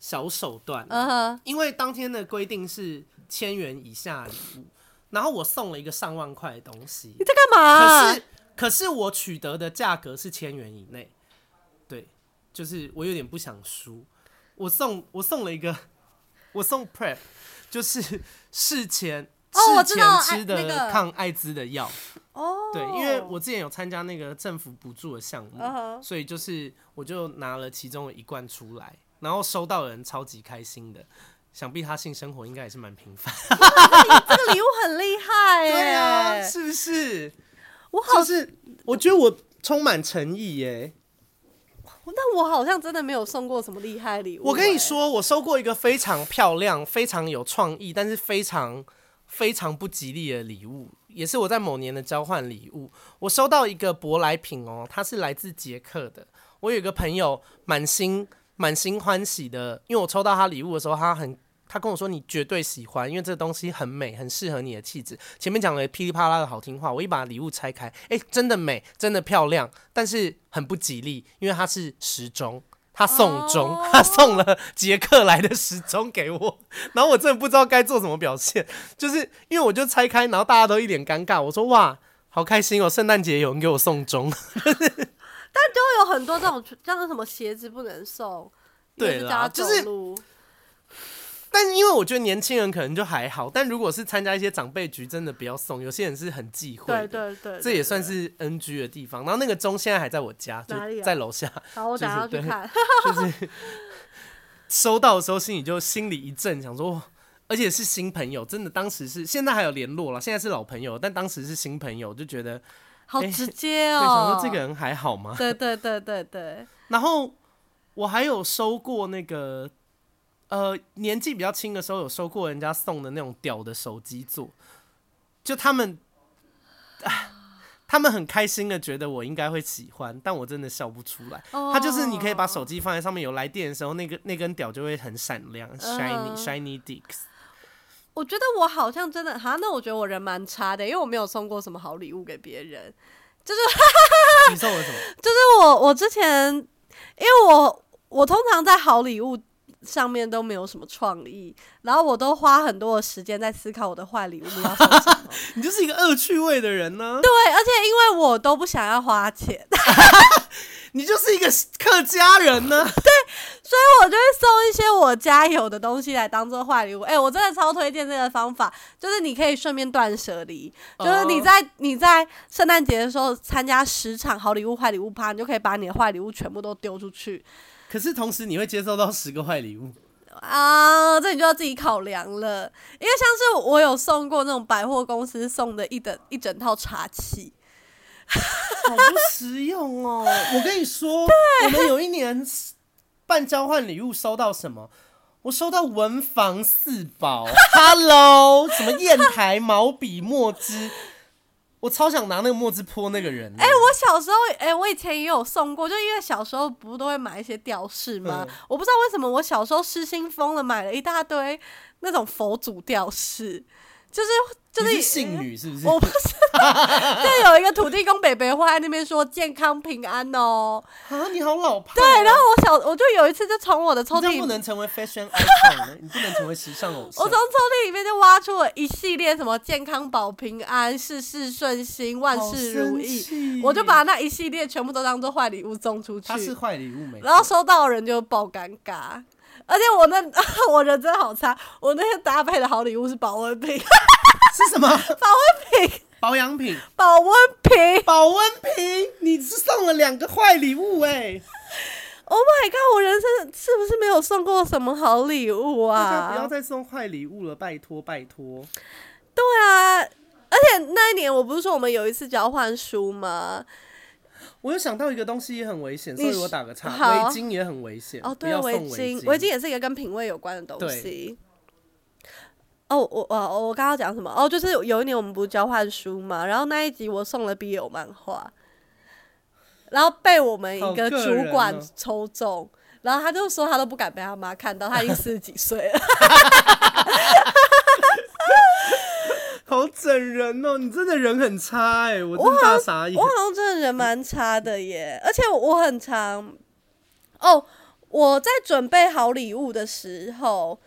小手段啊、
嗯哼，
因为当天的规定是千元以下礼物，然后我送了一个上万块的东西
你，在干嘛啊、
可是可是我取得的价格是千元以内，对，就是我有点不想输，我送我送了一个， 我送 prep，就是事前。
哦我
事
知
前
道
吃
哎那
的
个
抗艾滋的药，
哦，
对，因为我之前有参加那个政府补助的项目
嗯哼
所以就是我就拿了其中的一罐出来，然后收到的人超级开心的，想必他性生活应该也是蛮频繁。
这个礼物很厉害耶、
对啊，是不是？
我好，
就是我觉得我充满诚意耶。
那我好像真的没有送过什么厉害的礼物、
我跟你，说，我收过一个非常漂亮、非常有创意，但是非常非常不吉利的礼物，也是我在某年的交换礼物。我收到一个舶来品哦，它是来自捷克的。我有一个朋友满心满心欢喜的，因为我抽到他礼物的时候，他很。他跟我说：“你绝对喜欢，因为这东西很美，很适合你的气质。”前面讲了噼里啪啦的好听话，我一把礼物拆开，哎、真的美，真的漂亮，但是很不吉利，因为它是时钟，他送钟，
哦
他送了捷克来的时钟给我，然后我真的不知道该做什么表现，就是因为我就拆开，然后大家都一脸尴尬，我说：“哇，好开心哦，圣诞节有人给我送钟。”
但就有很多这种，像是什么鞋子不能送，
对
因为
啦
家走
就是
路
但是因为我觉得年轻人可能就还好，但如果是参加一些长辈局，真的不要送，有些人是很忌讳
对
的。
对对，对
这也算。是 NG 的地方。然后那个钟现在还在我家，就
哪里啊
在楼下，
好，我等下要去
就是对
看。
就是收到的时候心里就心里一震，想说，哇而且是新朋友，真的当时是现在还有联络了，现在是老朋友，但当时是新朋友，就觉得
好直接
对，想
哦。
说这个人还好吗？
对 对对对对，
然后我还有收过那个，呃，年纪比较轻的时候有收过人家送的那种屌的手机座，就他们，啊他们很开心的觉得我应该会喜欢，但我真的笑不出来。
哦
它就是你可以把手机放在上面，有来电的时候，那个那根屌就会很闪亮，shiny、
嗯
shiny dicks。
我觉得我好像真的哈，那我觉得我人蛮差的，因为我没有送过什么好礼物给别人。
你送我什么？
就是我我之前，因为我我通常在好礼物上面都没有什么创意，然后我都花很多的时间在思考我的坏礼物要送 什么。
你就是一个恶趣味的人呢、
对，而且因为我都不想要花钱，
你就是一个客家人呢、
我就会送一些我家有的东西来当做坏礼物。哎、我真的超推荐这个方法，就是你可以顺便断舍离，就是你在、你在圣诞节的时候参加十场好礼物坏礼物趴，你就可以把你的坏礼物全部都丢出去
可是同时你会接收到十个坏礼物。
啊、这你就要自己考量了。因为像是我有送过那种百货公司送的一整一整套茶器，
好不实用哦！我跟你说，我们有一年办交换礼物收到什么？我收到 文房四宝，Hello，什么砚台、毛笔、墨汁，我超想拿那个墨汁泼那个人的。
哎、我小时候，哎、我以前也有送过，就因为小时候不都会买一些吊饰吗？
嗯
我不知道为什么我小时候失心疯了，买了一大堆那种佛祖吊饰，就是就
你
是
是性女是不是？
我不知道， 就有一个土地公北北会在那边说健康平安哦。
啊，你好老派。
对，然后我小我就有一次就从我的抽
你这
屉
样不能成为 fashion icon，呢你不能成为时尚偶
我
像
从抽。屉里面就挖出了一系列什么健康保平安、事事顺心、万
好
事如
生
意，
气
我就把那一系列全部都当做坏礼物送出去
他，是坏礼物没？
然后收到的人就爆尴尬。而且我那 我人真的好差，我那天搭配的好礼物是保温瓶，
是什么
保温瓶，
保养品？
保温瓶。
保温瓶？你是送了两个坏礼物哎、
Oh my god！我人生是不是没有送过什么好礼物
大家不要
啊？
再送坏礼物了，拜托拜托。
对啊，而且那一年我不是说我们有一次交换书吗？
我又想到一个东西也很危险，
你
所以
是
我打个岔。
好
围巾也很危险，
哦，
不
对，
要
围
送
巾，
巾。
围巾也是一个跟品味有关的东西。哦，我我我我刚刚讲什么？哦，就是有一年我们不是交换书嘛，然后那一集我送了 BL 漫画，然后被我们一
好
个
个
主
人
管
哦
抽中，然后他就说他都不敢被他妈看到，他已经四十几岁 了。
好整人哦！你真的人很差哎、我真的大傻眼
我。好像真的人蛮差的耶，而且我很常哦，我在准备好礼物的时候，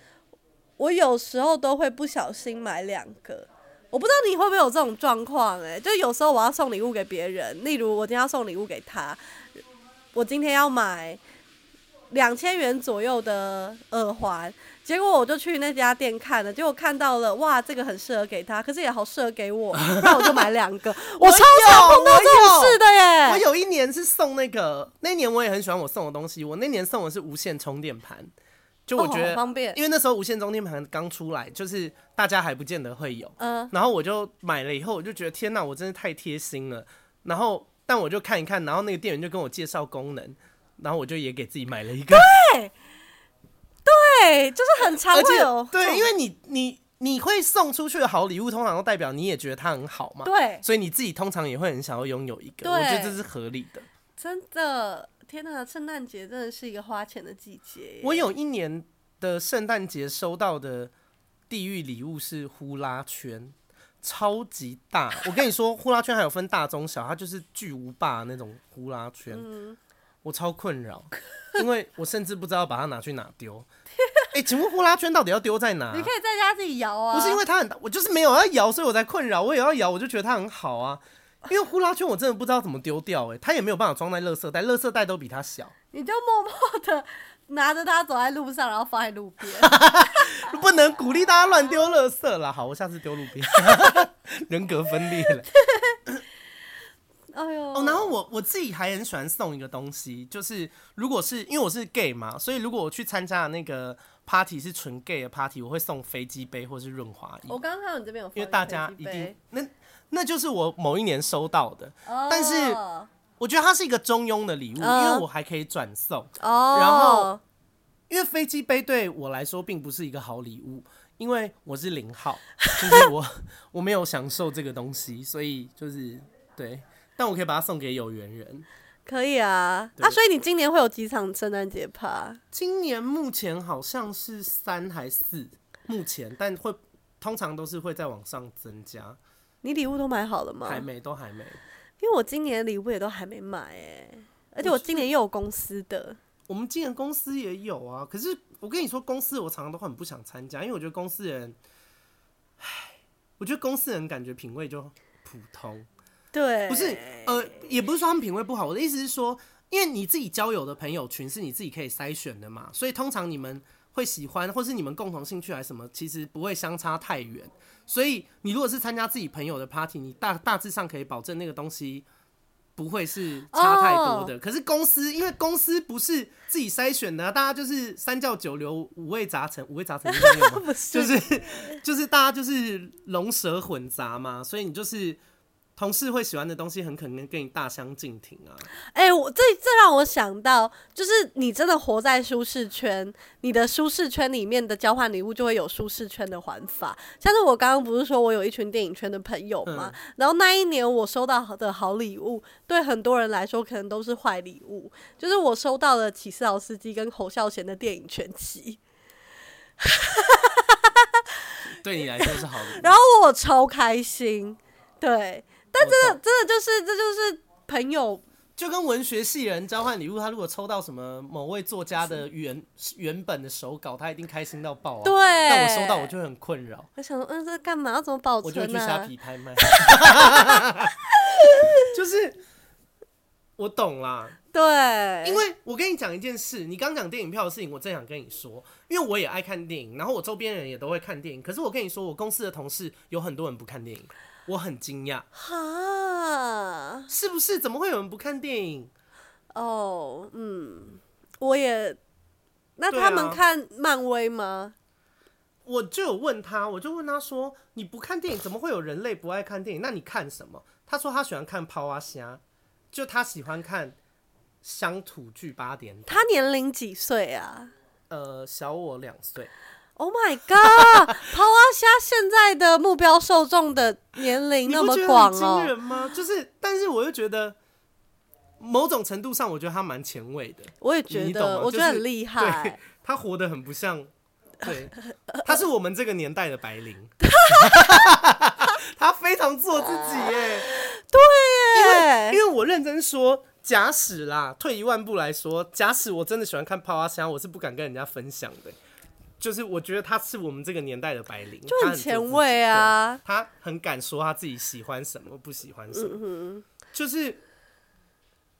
我有时候都会不小心买两个。我不知道你会不会有这种状况，哎，就有时候我要送礼物给别人，例如我今天要送礼物给他，我今天要买两千元左右的耳环，结果我就去那家店看了，结果看到了，哇，这个很适合给他，可是也好适合给我，不然我就买两个。我超常碰到这种事的耶，
我有一年是送那个，那年我也很喜欢我送的东西。我那年送的是无线充电盘，就我觉
哦、
得，
好方便，
因为那时候无线充电盘刚出来，就是大家还不见得会有。
嗯、
然后我就买了以后，我就觉得天哪，我真是太贴心了。然后，但我就看一看，然后那个店员就跟我介绍功能，然后我就也给自己买了一个。
对，就是很常
而
会
且
有这种
对，因为你你你会送出去的好礼物，通常都代表你也觉得它很好嘛，
对，
所以你自己通常也会很想要拥有一个，
对
我觉得这是合理的。
真的，天哪，圣诞节真的是一个花钱的季节。
我有啊一年的圣诞节收到的地狱礼物是呼啦圈，超级大。 我跟你说，呼啦圈还有分大中小，它就是巨无霸那种呼啦圈，
嗯
我超困 扰，因为我甚至不知道把它拿去哪丢。哎、请问呼啦圈到底要丢在哪、
你可以在家自己摇啊，
不是因为它很大，我就是没有要摇，所以我才困扰。我也要摇，我就觉得它很好啊。因为呼啦圈我真的不知道怎么丢掉、欸，哎，它也没有办法装在垃圾袋，垃圾袋都比它小，
你就默默的拿着它走在路上，然后放在路 边。
不能鼓励大家乱丢垃圾啦。好，我下次丢路 边，人格分裂了。
哎呦，
哦，然后我我自己还很喜欢送一个东西，就是如果是因为我是 gay 嘛，所以如果我去参加的那个 party 是纯 gay 的 party，我会送飞机杯或是润滑液
我，刚刚看到你这边有放
因为
一个
大家
哦飞机
一定
杯，
那那就是我某一年收到的，
哦、
但是我觉得它是一个中庸的礼物，
嗯
因为我还可以转送。
哦，
然后因为飞机杯对我来说并不是一个好礼物，因为我是零号，就是我我没有享受这个东西，所以就是对，但我可以把它送给有缘人。
可以啊，
对
啊，所以你今年会有几场圣诞节趴？
今年目前好像是三还四，目前但会通常都是会再往上增加，
你礼物都买好了吗？
还没都还没。
因为我今年礼物也都还没买哎、而且我今年又有公司的，
我们今年公司也有啊，可是我跟你说，公司我常常都很不想参加，因为我觉得公司人，唉，我觉得公司人感觉品味就普通，
对，
不是呃，也不是说他们品味不好，我的意思是说，因为你自己交友的朋友群是你自己可以筛选的嘛，所以通常你们会喜欢，或是你们共同兴趣还是什么，其实不会相差太远。所以你如果是参加自己朋友的 party，你大大致上可以保证那个东西不会是差太多的。可是公司，因为公司不是自己筛选的啊、大家就是三教九流、五味杂陈，五味杂陈应该没有吧
不是
就是就是大家就是龙蛇混杂嘛，所以你就是同事会喜欢的东西，很可能跟你大相径庭啊。
哎、我这这让我想到，就是你真的活在舒适圈，你的舒适圈里面的交换礼物就会有舒适圈的玩法。像是我刚刚不是说我有一群电影圈的朋友嘛，
嗯
然后那一年我收到的好礼物，对很多人来说可能都是坏礼物。就是我收到了启斯劳斯基跟侯孝贤的电影全集，
对你来说是好的，
然后我超开心，对，
但真的
真的就是这就是朋友
就跟文学系人交换礼物，他如果抽到什么某位作家的原原本的手稿，他一定开心到爆啊。
对
但我收到我就会很困扰，
我想说，嗯，这干嘛？要怎么保
我就会
存
去
呢、
虾
啊？
皮拍 卖。就是我懂啦，
对，
因为我跟你讲一件事，你刚讲电影票的事情，我正想跟你说，因为我也爱看电影，然后我周边人也都会看电影。可是我跟你说，我公司的同事有很多人不看电影，我很惊讶，
哈，
是不是？怎么会有人不看电影？
哦，嗯，我也。那
对
他们
啊
看漫威吗？
我就有问他，我就问他说：“你不看电影，怎么会有人类不爱看电影？那你看什么？”他说他喜欢看抛啊虾，就他喜欢看乡土剧八点档，
他年龄几岁啊
呃，小我两岁。
？Oh my god！抛啊虾现在的目标受众的年龄
你
那
不
么
觉得
广
很惊
哦，
人吗？就是，但是我又觉得，某种程度上，我觉得他蛮前卫的，
我也
你
觉
懂吗
得，我
就
觉得
是
很厉 害
对。他活得很不像，对，他是我们这个年代的白 领，他非常做自己耶。
对
因为我认真说，假使啦，退一万步来说，假使我真的喜欢看泡花香，我是不敢跟人家分享的。就是我觉得他是我们这个年代的白领，
就
他
很
做
前
自己
卫啊
对他很敢说他自己喜欢什么，不喜欢什
嗯
么。就是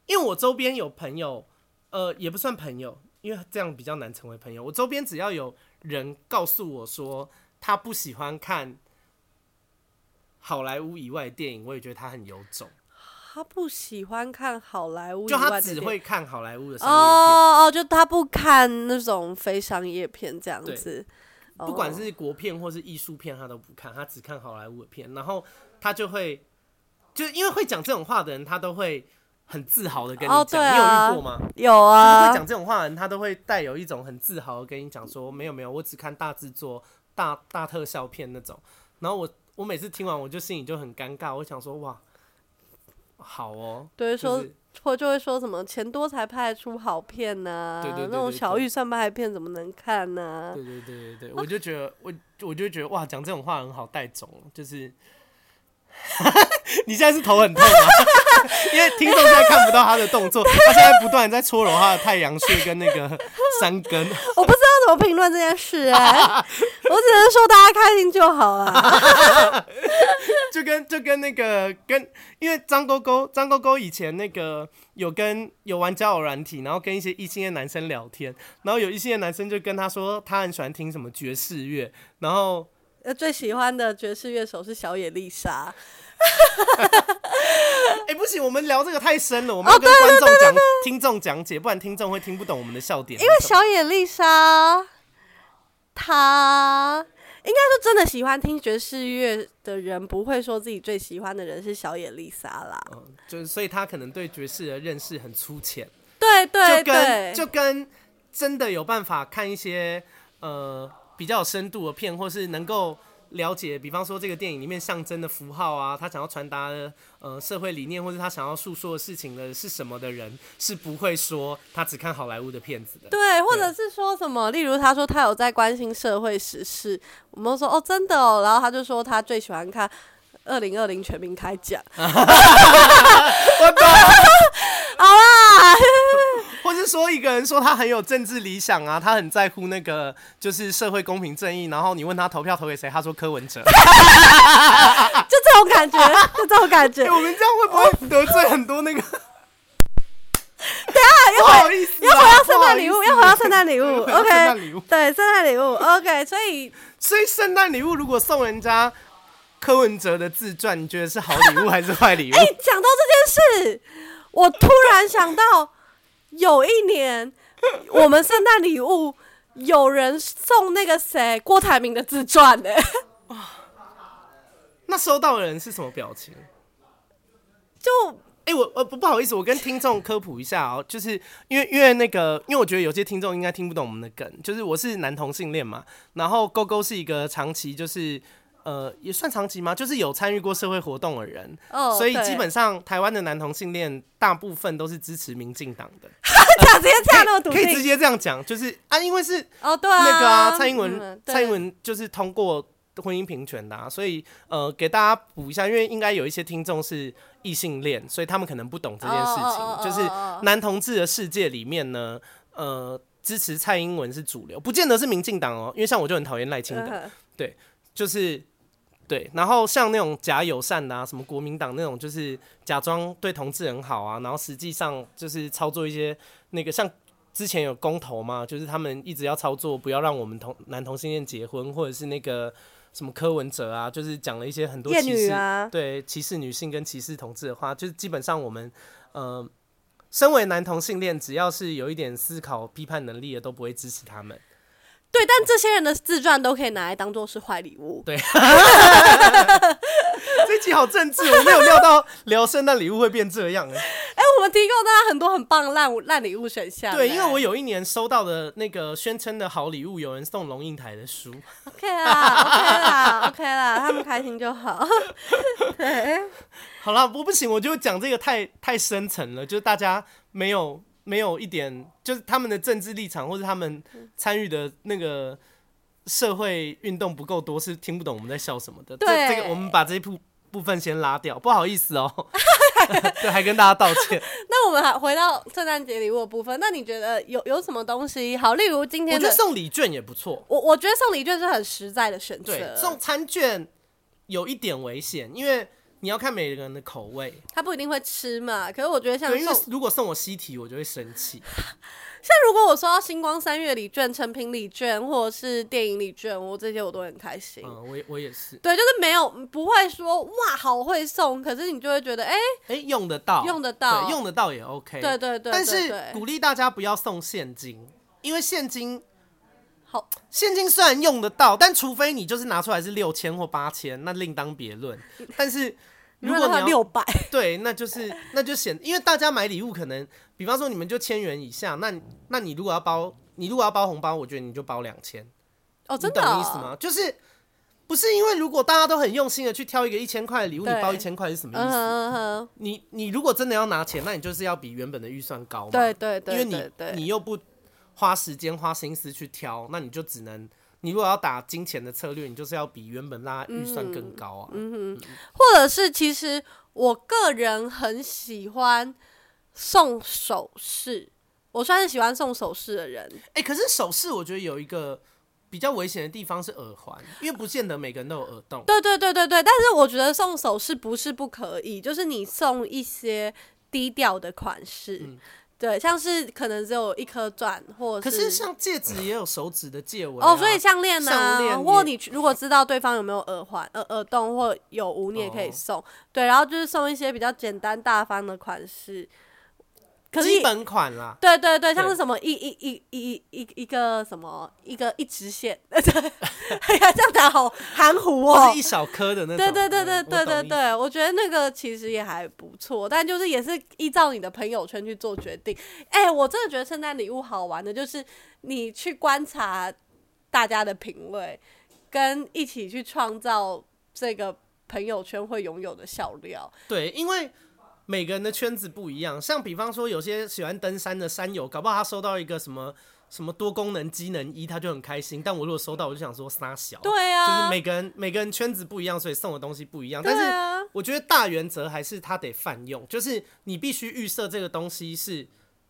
因为我周边有朋友，呃，也不算朋友，因为这样比较难成为朋友。我周边只要有人告诉我说他不喜欢看好莱坞以外的电影，我也觉得他很有种。
他不喜欢看好莱坞以
就
外
他
的
只
电影，
会看好莱坞的商业片，
哦哦，就他不看那种非商业片这样子，哦
不管是国片或是艺术片，他都不看，他只看好莱坞的片。然后他就会，就因为会讲这种话的人，他都会很自豪的跟你讲。
哦对啊
你有遇过吗？
有
就是
啊
会，讲这种话的人，他都会带有一种很自豪的跟你讲说，没有没有，我只看大制作、大大特效片那种。然后我我每次听完，我就心里就很尴尬，我想说哇，好哦，就
对，说
是
或就会说什么钱多才拍得出好片呐、
对对对对
那种
对
小预算拍的片怎么能看呢、
对对对对对，我就觉得我我就觉得哇，讲这种话很好带种，就是 你现在是头很痛吗？ 因为听众现在看不到他的动作，他现在不断地在搓揉他的太阳穴跟那个山根。
我不知道怎么评论这件事哎、我只能说大家开心就好啦。
就跟就跟那个跟，因为张勾勾张勾勾以前那个有跟有玩交友软体，然后跟一些异性恋男生聊天，然后有异性恋男生就跟他说他很喜欢听什么爵士乐，然后
呃最喜欢的爵士乐手是小野丽莎，
哎、不行，我们聊这个太深了，我们
哦
要跟观众讲、听众讲解，不然听众会听不懂我们的笑点。
因为小野丽莎，她应该说真的喜欢听爵士乐的人，不会说自己最喜欢的人是小野丽莎啦。
嗯就是所以他可能对爵士的认识很粗浅，
对对
就跟
对，
就跟真的有办法看一些呃比较有深度的片，或是能够。了解，比方说这个电影里面象征的符号啊，他想要传达的呃社会理念，或是他想要诉说的事情的是什么的人，是不会说他只看好莱坞的片子的。
对，或者是说什么，例如他说他有在关心社会时事，我们说哦真的哦，然后他就说他最喜欢看二零二零全民开 讲，
我懂。
好啦，
或是说一个人说他很有政治理想啊，他很在乎那个就是社会公平正义，然后你问他投票投给谁，他说柯文 哲。
就这种感觉，就这种感 觉，
哎、我
又
们这样会不会得罪很多那个？不
回
好意思、啊，
又回到圣
不好
诞
意
礼
思
物，又回到圣诞礼物
又回到圣诞礼物
，OK，对，圣诞礼物，OK，所以
所以圣诞礼物如果送人家柯文哲的自传，你觉得是好礼物还是坏礼物？
哎、讲到这件事，我突然想到，有一年我们圣诞礼物有人送那个谁郭台铭的自传呢、
那收到的人是什么表情？我呃不不好意思，我跟听众科普一下哦，就是因为因为那个，因为我觉得有些听众应该听不懂我们的梗，就是我是男同性恋嘛，然后勾勾是一个长期就是呃也算长期吗？就是有参与过社会活动的人，
哦，
所以
对
基本上台湾的男同性恋大部分都是支持民进党的，
讲直接这样那么笃
可以直
定，
接这样讲，就是啊，因为是
哦，对啊，
那个啊，蔡英文，
嗯对
蔡英文就是通过婚姻平权的、啊，所以呃，给大家补一下，因为应该有一些听众是异性恋，所以他们可能不懂这件事情，
哦哦哦哦
就是
哦
男同志的世界里面呢，呃，支持蔡英文是主流，不见得是民进党哦，因为像我就很讨厌赖清德，
嗯
就是对，然后像那种假友善的啊，什么国民党那种，就是假装对同志很好啊，然后实际上就是操作一些那个像。之前有公投嘛，就是他们一直要操作，不要让我们同男同性恋结婚，或者是那个什么柯文哲啊，就是讲了一些很多
厌
歧
女
视
啊，
对歧视女性跟歧视同志的话，就是基本上我们，呃，身为男同性恋，只要是有一点思考批判能力的，都不会支持他们。
对，但这些人的自传都可以拿来当做是坏礼物。
这集好政治，哦我没有料到聊圣诞礼物会变这样欸、
哎，我们提供大家很多很棒的烂烂礼物选项。
对，因为
哎
我有一年收到的那个宣称的好礼物，有人送龙应台的书。
OK 啦，OK 啦，OK 啦，他们开心就好。 对，
好了，我不行，我就讲这个太太深层了，就是大家没有没有一点，就是他们的政治立场或者他们参与的那个社会运动不够多，是听不懂我们在笑什么的。这
对
这个我们把这一部部分先拉掉，不好意思哦、 对，还跟大家道 歉。
那我们还回到圣诞节礼物的部分，那你觉得有有什么东西好？例如今
我
天
觉
的
得，送礼券也不错。
我我觉得送礼券是很实在的选
对，
择，
送餐券有一点危险，因为你要看每个人的口味。
他不一定会吃嘛。可是我觉得像
对，因为
送，
如果送我西提，我就会生 气。
像如果我收到星光三月礼券、成品礼券或者是电影礼券，我这些我都很开心。
嗯，我也我也是。
对，就是没有不会说哇好会送，可是你就会觉得哎、
哎、用得到，
用得到
对用得到也 OK。
对对对，
但
对
是
对
鼓励大家不要送现金，因为现金
好
现金虽然用得到，但除非你就是拿出来是六千或八千，那另当别 论。但是如果你要
六百，
对，那就是那就显，因为大家买礼物可能，比方说你们就千元以下，那那你如果要包，你如果要包红包，我觉得你就包两千。
哦真
你
的
懂
哦、
意思吗？就是不是因为如果大家都很用心的去挑一个一千块的礼物，你
对
包一千块是什么
嗯
意
哼？
思？
嗯哼，
你你如果真的要拿钱，那你就是要比原本的预算高嘛？
对对对，
因为
对对
你你又不花时间花心思去挑，那你就只能。你如果要打金钱的策略，你就是要比原本拉预算
嗯
更高啊。
或者是其实我个人很喜欢送首饰，我算是喜欢送首饰的人。
哎、可是首饰我觉得有一个比较危险的地方是耳环，因为不见得每个人都有耳洞。
对对对对对，但是我觉得送首饰不是不可以，就是你送一些低调的款式，
嗯
对，像是可能只有一颗钻，或
可
者
是像戒指也有手指的戒纹、啊、
哦，所以项链
项
呐、
链也
或你去如果知道对方有没有耳环、耳耳洞或有无，你也可以
哦
送。对，然后就是送一些比较简单大方的款式。可是
基本款啦。
对对对，像
对
是什么一一一一一一个什么一个一直线， 对，哎呀，这样讲好含糊
或
哦
是一。小颗的那种。
对对对对
嗯我
对对，
懂你
对，我觉得那个其实也还不错，但就是也是依照你的朋友圈去做决定。哎、我真的觉得圣诞礼物好玩的就是你去观察大家的品味，跟一起去创造这个朋友圈会拥有的笑料。
对，因为每个人的圈子不一样，像比方说有些喜欢登山的山友，搞不好他收到一个什么什么多功能机能衣，他就很开心。但我如果收到，我就想说撒小。
对
就是
啊，
每个人每个人圈子不一样，所以送的东西不一样。
对
但是
啊，
我觉得大原则还是他得泛用，就是你必须预设这个东西是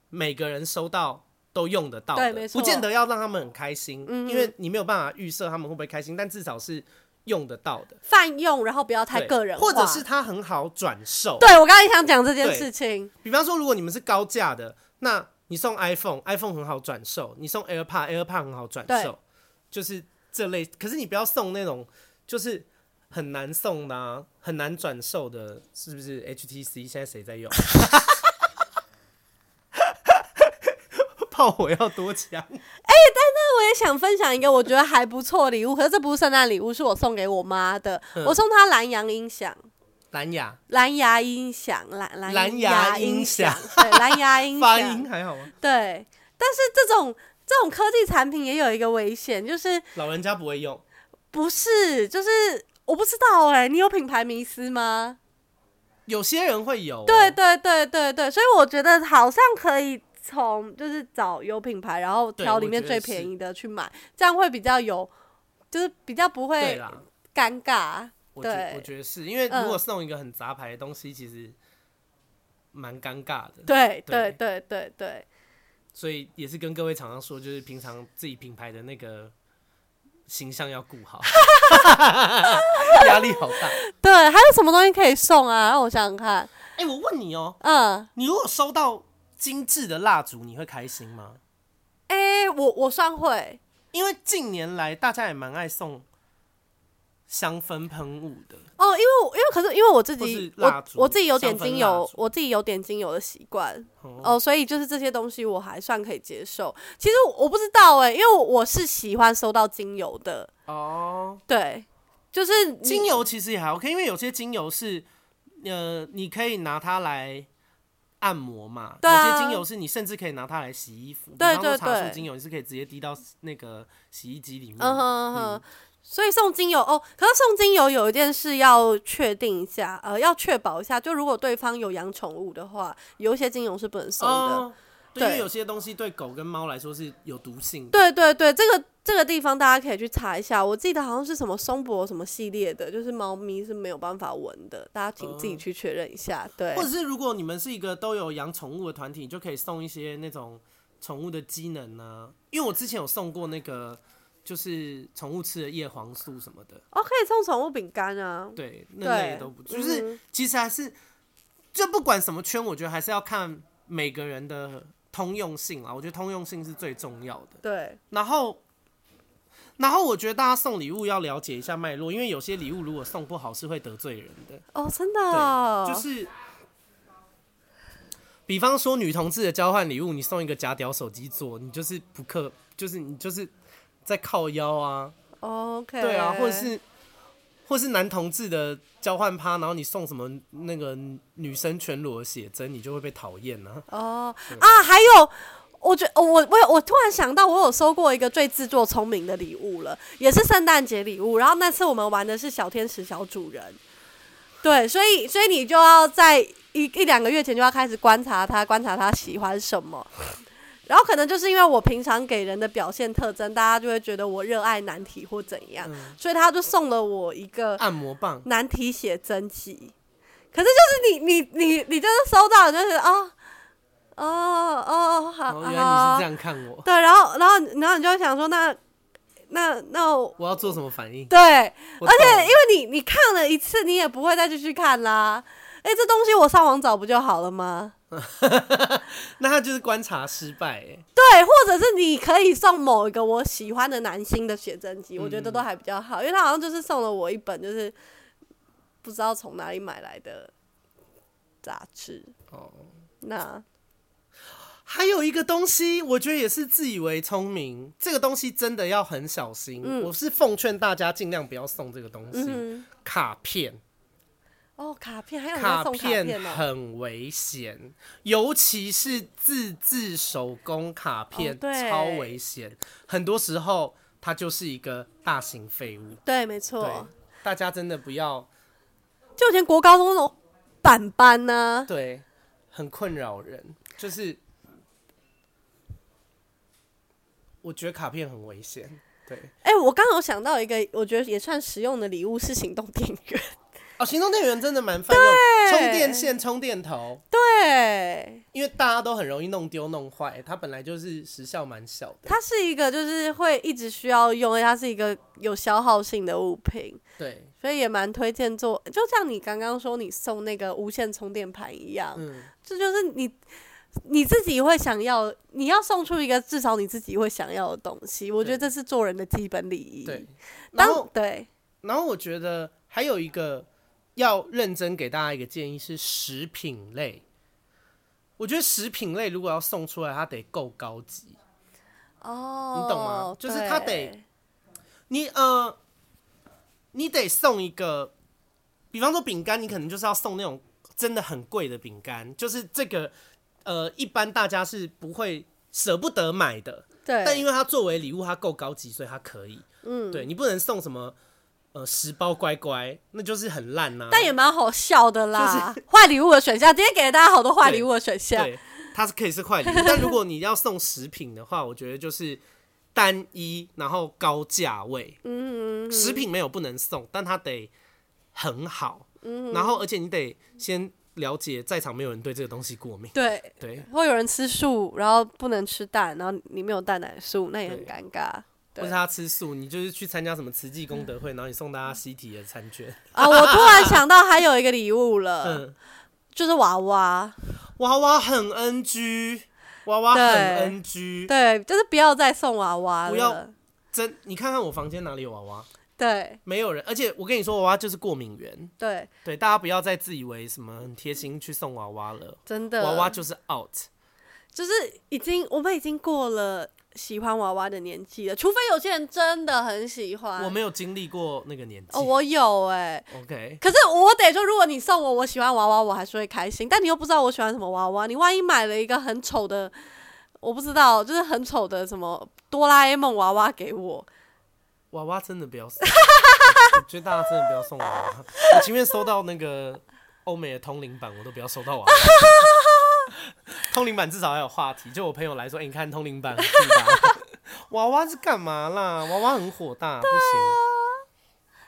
每个人收到都用得到
对没
的，
错嗯
不见得要让他们很开心，因为你没有办法预设他们会不会开心，但至少是用得到的。
泛用，然后不要太
对
个人化，
或者是它很好转售。
对，我刚才想讲这件
对
事情。
比方说，如果你们是高价的，那你送 iPhone，iPhone 很好转售；你送 AirPod，AirPod 很好转
对
售，就是这类。可是你不要送那种就是很难送的、啊、很难转售的，是不是？HTC 现在谁在用？ 炮火要多强！
我也想分享一个我觉得
嗯
还不错的礼物，可是这不是圣诞礼物，是我送给我妈的。我送她蓝牙音响，
蓝牙
蓝牙音响，蓝蓝
蓝牙
牙
音
音
响
响，对，蓝牙 音
发
响
音，还好吗？
对。但是这种这种科技产品也有一个危险，就是
老人家不会用，
不是就是我不知道哎、你有品牌迷思吗？
有些人会有哦、
对对对对对，所以我觉得好像可以从就是找有品牌，然后
对
挑
我
里面
觉得
最
是
便宜的去买，这样会比较有，就是比较不
对
会
啦，
尴尬。
我觉
对
我觉得是因为
嗯
如果送一个很杂牌的东西，其实蛮尴尬的，
对
对
对对对对，
所以也是跟各位厂商说，就是平常自己品牌的那个形象要顾好， 压力好大。
对，还有什么东西可以送啊？让我想想看，
哎、我问你哦、
嗯，
你如果收到精致的蜡烛，你会开心吗？
哎、我我算会，
因为近年来大家也蛮爱送香氛喷雾的，
哦，因为我因为可是因为我自
或是
己
蜡
我
烛
我自己有点
香氛
精
蜡
油
烛，
我自己有点精油的习惯
哦
哦，所以就是这些东西我还算可以接受。其实我我不知道哎、因为我我是喜欢收到精油的，
哦，
对，就是你
精油其实也还 OK，因为有些精油是，呃，你可以拿它来按摩嘛，
对啊
有些精油是你甚至可以拿它来洗衣服，
对
比方说
对
茶
对
树精油你是可以直接滴到那个洗衣机里面的，哦
嗯哼嗯哼，所以送精油哦，可是送精油有一件事要确定一下，呃，要确保一下，就如果对方有养宠物的话，有一些精油是不能送的。
哦，对，因为
对
有些东西对狗跟猫来说是有毒性的，
对对对，这个这个地方大家可以去查一下，我记得好像是什么松柏什么系列的，就是猫咪是没有办法闻的，大家请自己去确认一下。对
哦或，者是如果你们是一个都有养宠物的团体，你就可以送一些那种宠物的机能啊，因为我之前有送过那个就是宠物吃的叶黄素什么的，
哦，可以送宠物饼干啊。
对，那类
对
的，都不就是。
嗯
其实还是，就不管什么圈，我觉得还是要看每个人的通用性啦。我觉得通用性是最重要的。
对
然后，然后我觉得大家送礼物要了解一下脉络，因为有些礼物如果送不好是会得罪人的。
哦，真的哦、
就是，比方说女同志的交换礼物，你送一个假屌手机座，你就是不客，就是你就是在靠腰啊。
哦 OK，
对啊，或者是或是男同志的交换趴，然后你送什么那个女生全裸的写真，你就会被讨厌啊。
哦啊，还有，我觉哦我我有我突然想到，我有收过一个最自作聪明的礼物了，也是圣诞节礼物。然后那次我们玩的是小天使小主人，对，所以所以你就要在一一两个月前就要开始观察他，观察他喜欢什么。然后可能就是因为我平常给人的表现特征，大家就会觉得我热爱难题或怎样，所以他就送了我一个
按摩棒，
难题写真集。可是就是你你你你就是收到你就是哦哦哦好
哦，
好，
原来你是这样看我，
对，然后然后然后你就会想说那那那我
我要做什么反应？
对，
我
而且
懂了
因为你你看了一次，你也不会再继续看啦。哎、这东西我上网找不就好了吗？
那他就是观察失败、欸，
对，或者是你可以送某一个我喜欢的男星的写真集，我觉得
嗯
都还比较好，因为他好像就是送了我一本就是不知道从哪里买来的杂志。
哦。
那
还有一个东西，我觉得也是自以为聪明，这个东西真的要很小心。我是奉劝大家尽量不要送这个东西，
嗯
卡片。
哦，卡片还有人在
卡
送卡
片
片哦，
很危险，尤其是自制手工卡片，
哦对
超危险。很多时候它就是一个大型废物。
对，没
对
错，，
大家真的不要
就以前国高中那种板板呢、
对，很困扰人。就是我觉得卡片很危险。对，
哎、我刚刚有想到一个，我觉得也算实用的礼物是行动电源，
哦，行动电源真的蛮泛用，充电线、充电头，
对，
因为大家都很容易弄丢弄坏，它本来就是时效蛮小的。
它是一个就是会一直需要用，而且它是一个有消耗性的物品，
对，
所以也蛮推荐做，就像你刚刚说你送那个无线充电盘一样，
嗯。
这就是你你自己会想要，你要送出一个至少你自己会想要的东西，我觉得这是做人的基本礼仪。
对，然后
当对
然后我觉得还有一个要认真给大家一个建议是食品类，我觉得食品类如果要送出来，它得够高级。
哦，
你懂吗就是他得
对
你呃，你得送一个比方说饼干，你可能就是要送那种真的很贵的饼干，就是这个呃，一般大家是不会舍不得买的，但
对，
因为它作为礼物，它够高级，所以它可以。
嗯，
对你不能送什么呃十包乖乖，那就是很烂呐、
但也蛮好笑的啦。坏礼物的选项，今天给了大家好多坏礼物的选项。
对，它是可以是坏礼 物，但如果你要送食品的话，我觉得就是单一，然后高价位。
嗯，嗯嗯
食品没有不能送，但它得很好。
嗯
然后而且你得先了解在场没有人对这个东西过敏。
对，
对，
会有人吃素，然后不能吃蛋，然后你没有蛋奶素，那也
对
很尴尬。
或
对
是他吃素，你就是去参加什么慈济功德
嗯
会，然后你送大家西体的餐券，
啊，我突然想到还有一个礼物了，
嗯，
就是娃娃。
娃娃很 NG，娃娃很
对
NG，
对，就是不要再送娃娃
不要
了。
真，你看看我房间哪里有娃娃，
对
没有人，而且我跟你说，娃娃就是过敏源，
对，
对，大家不要再自以为什么很贴心去送娃娃了，
真的
娃娃就是 out，
就是已经我们已经过了喜欢娃娃的年纪了，除非有些人真的很喜欢。
我没有经历过那个年纪、
哦，我有哎、
OK，
可是我得说，如果你送我我喜欢娃娃，我还是会开心。但你又不知道我喜欢什么娃娃，你万一买了一个很丑的，我不知道，就是很丑的什么哆啦 A 梦娃娃给我，
娃娃真的不要送，我觉得大家真的不要送娃娃，我 情愿收到那个欧美的通灵版，我都不要收到娃娃。 通灵版至少还有话题，就我朋友来说，欸、你看通灵版很酷吧， 娃娃是干嘛啦？娃娃很火大，不行。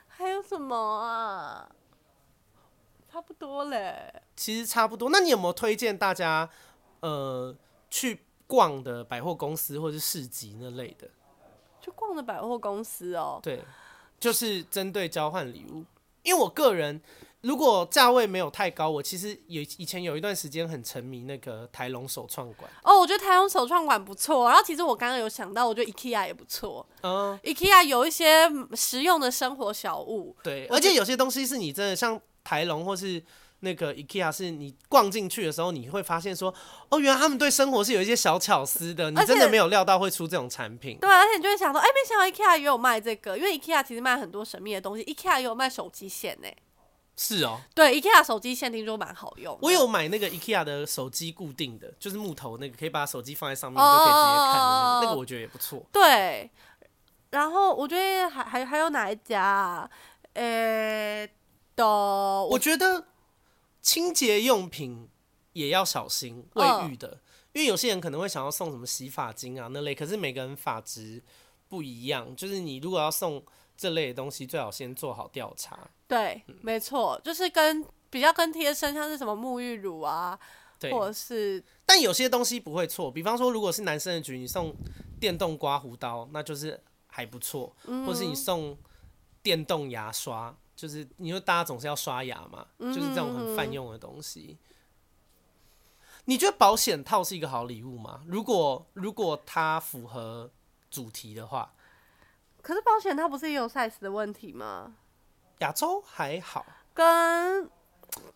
还有什么啊？差不多嘞。
其实差不多。那你有没有推荐大家呃去逛的百货公司或是市集那类的？
去逛的百货公司哦，
对，就是针对交换礼物，因为我个人如果价位没有太高，我其实有以前有一段时间很沉迷那个台龙手创馆，
哦，我觉得台湾手创馆不错。啊然后其实我刚刚有想到，我觉得 IKEA 也不错。
嗯，
IKEA 有一些嗯实用的生活小物，
对，
我
而
觉
且有些东西是你真的像台龙或是。那个 IKEA 是你逛进去的时候，你会发现说，哦，原来他们对生活是有一些小巧思的，你
而
真的
且
没有料到会出这种产品。
对，而且你就会想说，哎、没想到 IKEA 也有卖这个，因为 IKEA 其实卖很多神秘的东西，IKEA 也有卖手机线呢、
是哦，
对，IKEA 手机线听说蛮好用的。
我有买那个 IKEA 的手机固定的，就是木头那个，可以把手机放在上面，
哦
你就可以直接看的那
哦哦哦
个，那个我觉得也不错。
对，然后我觉得还还还有哪一家、啊？呃、的，
我
我
觉得清洁用品也要小心卫浴的，因为有些人可能会想要送什么洗发精啊那类，可是每个人发质不一样，就是你如果要送这类的东西，最好先做好调查。
对，没错，就是跟比较跟贴身，像是什么沐浴乳啊，
对，
或者是
但有些东西不会错，比方说，如果是男生的局，你送电动刮胡刀，那就是还不错，
嗯
或是你送电动牙刷，就是你说大家总是要刷牙嘛，
嗯
就是这种很泛用的东西。你觉得保险套是一个好礼物吗？如果如果它符合主题的话，
可是保险它不是也有 size 的问题吗？
亚洲还好，
跟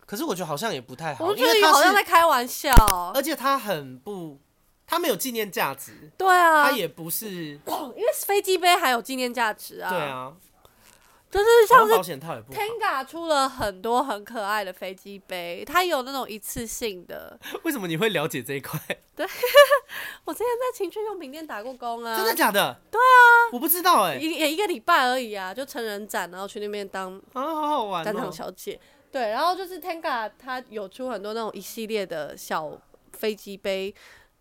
可是我觉得好像也不太好，
我
哦因
觉
为
得好
它
像在
是，呃
开玩笑。
而且它很不，它没有纪念价值，
对啊，
它
因
也不是，
为飞机杯还有纪念价值啊。
对，啊，
就是
然
像
后
是
保险套也不好。
Tenga 出了很多很可爱的飞机杯，它有那种一次性的。
为什么你会了解这一块？
我之前在情趣用品店打过工啊，
真的假的？对啊，我不知道哎、
一也一个礼拜而已啊，就成人展，然后去那边当
啊，好好玩
展
哦、
场小姐。对，然后就是 Tenga 它有出很多那种一系列的小飞机杯，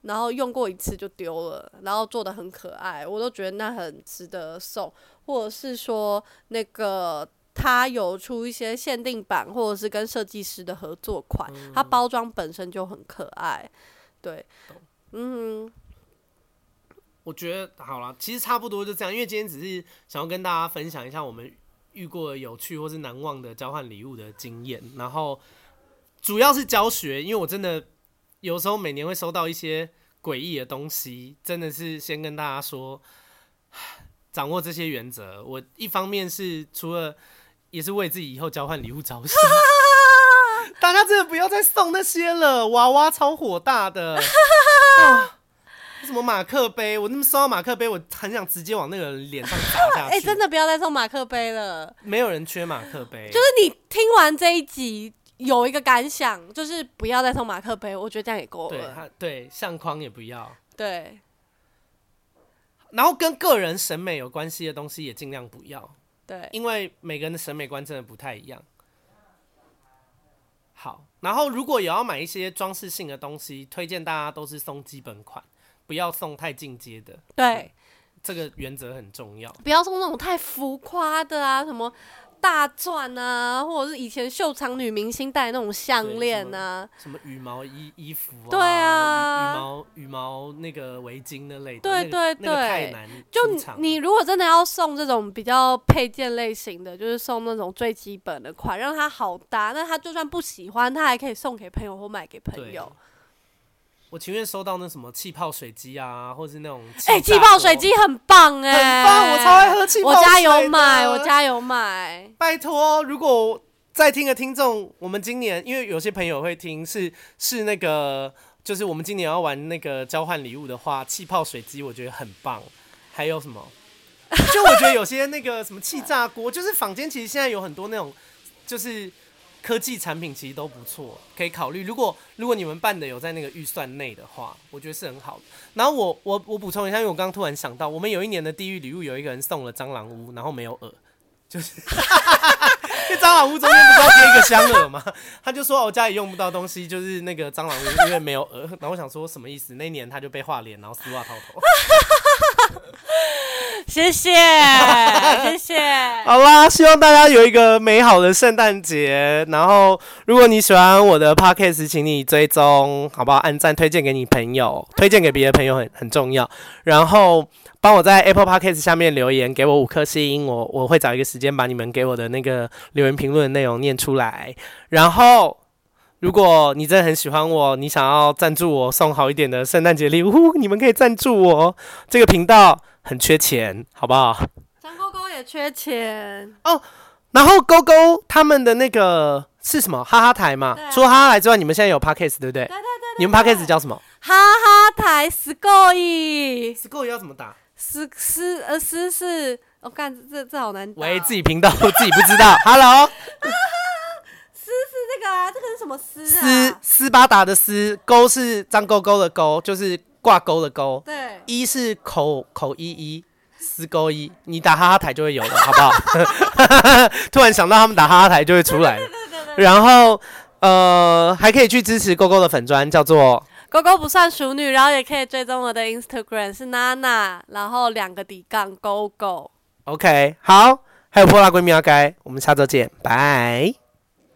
然后用过一次就丢了，然后做的很可爱，我都觉得那很值得送，或者是说那个。它有出一些限定版，或者是跟设计师的合作款，它包装本身就很可爱，对，嗯，
我觉得好了，其实差不多就这样，因为今天只是想要跟大家分享一下我们遇过的有趣或是难忘的交换礼物的经验，然后主要是教学，因为我真的有时候每年会收到一些诡异的东西，真的是先跟大家说，掌握这些原则。我一方面是除了也是为自己以后交换礼物着想。 大家真的不要再送那些了，娃娃超火大的。哦 什么马克杯，我那么收到马克杯，我很想直接往那个人脸上砸下去。
哎、真的不要再送马克杯了。
没有人缺马克杯，
就是你听完这一集有一个感想，就是不要再送马克杯，我觉得这样也够
对
了。
他对相框也不要，
对，
然后跟个人审美有关系的东西也尽量不要，
对，
因为每个人的审美观真的不太一样。好，然后如果有要买一些装饰性的东西，推荐大家都是送基本款，不要送太进阶的，
对，
这个原则很重要。
不要送那种太浮夸的啊，什么大钻啊，或者是以前秀场女明星戴的那种项链啊，
什么羽毛衣衣服啊，
对啊
羽羽毛羽毛那个围巾那类的，那
对
个
对
那个
对
太难
就
出
你
场
你如果真的要送这种比较配件类型的，就是送那种最基本的款，让它好搭。那他就算不喜欢，他还可以送给朋友或买给朋
对
友。
我情愿收到那什么气泡水机啊，或是那种
哎、
气
气
炸
泡
锅
水机很棒哎、
很棒，我超爱喝气泡
我
水的。
家有买，我家有买。
拜托，如果在听的听众，我们今年因为有些朋友会听，是是那个，就是我们今年要玩那个交换礼物的话，气泡水机我觉得很棒，还有什么？就我觉得有些那个什么气炸锅，就是坊间其实现在有很多那种，就是科技产品其实都不错，可以考虑。如果如果你们办的有在那个预算内的话，我觉得是很好的。然后我我我补充一下，因为我刚刚突然想到，我们有一年的地狱礼物有一个人送了蟑螂屋，然后没有饵，就是因为蟑螂屋中间不是要贴一个香饵吗？他就说我、哦、家里用不到东西，就是那个蟑螂屋因为没有饵。然后我想说什么意思？那一年他就被画脸，然后丝袜套头。
谢谢，谢谢。
好啦，希望大家有一个美好的圣诞节。然后，如果你喜欢我的 podcast，请你追踪，好不好？按赞，推荐给你朋友，推荐给别的朋友很很重要。然后，帮我在 Apple podcast 下面留言，给我五颗星，我我会找一个时间把你们给我的那个留言评论的内容念出来。然后。如果你真的很喜欢我，你想要赞助我送好一点的圣诞节礼物，你们可以赞助我。这个频道很缺钱，好不好？
张勾勾也缺钱，
然后勾勾他们的那个是什么？哈哈台嘛
对。啊
除了哈哈台之外，你们现在有 podcast 对不对？
对对
你们 podcast 叫什么？
哈哈台 scoy
Score 要怎么打？
思思呃思是，我、干这这好难打哦。
喂，自己频道我自己不知道。Hello， 哦
这个啊，这个是什么思
斯
啊？
斯巴达的斯，勾是张勾勾的勾，就是挂钩的勾。
对，
一是口口一一，斯勾一，你打哈哈台就会有了，好不 好？突然想到他们打哈哈台就会出来了。然后呃，还可以去支持勾勾的粉砖，叫做
勾勾不算熟女，然后也可以追踪我的 Instagram 是娜娜，然后两个底杠勾勾。
OK，好，还有破辣闺蜜要该，我们下周见，拜。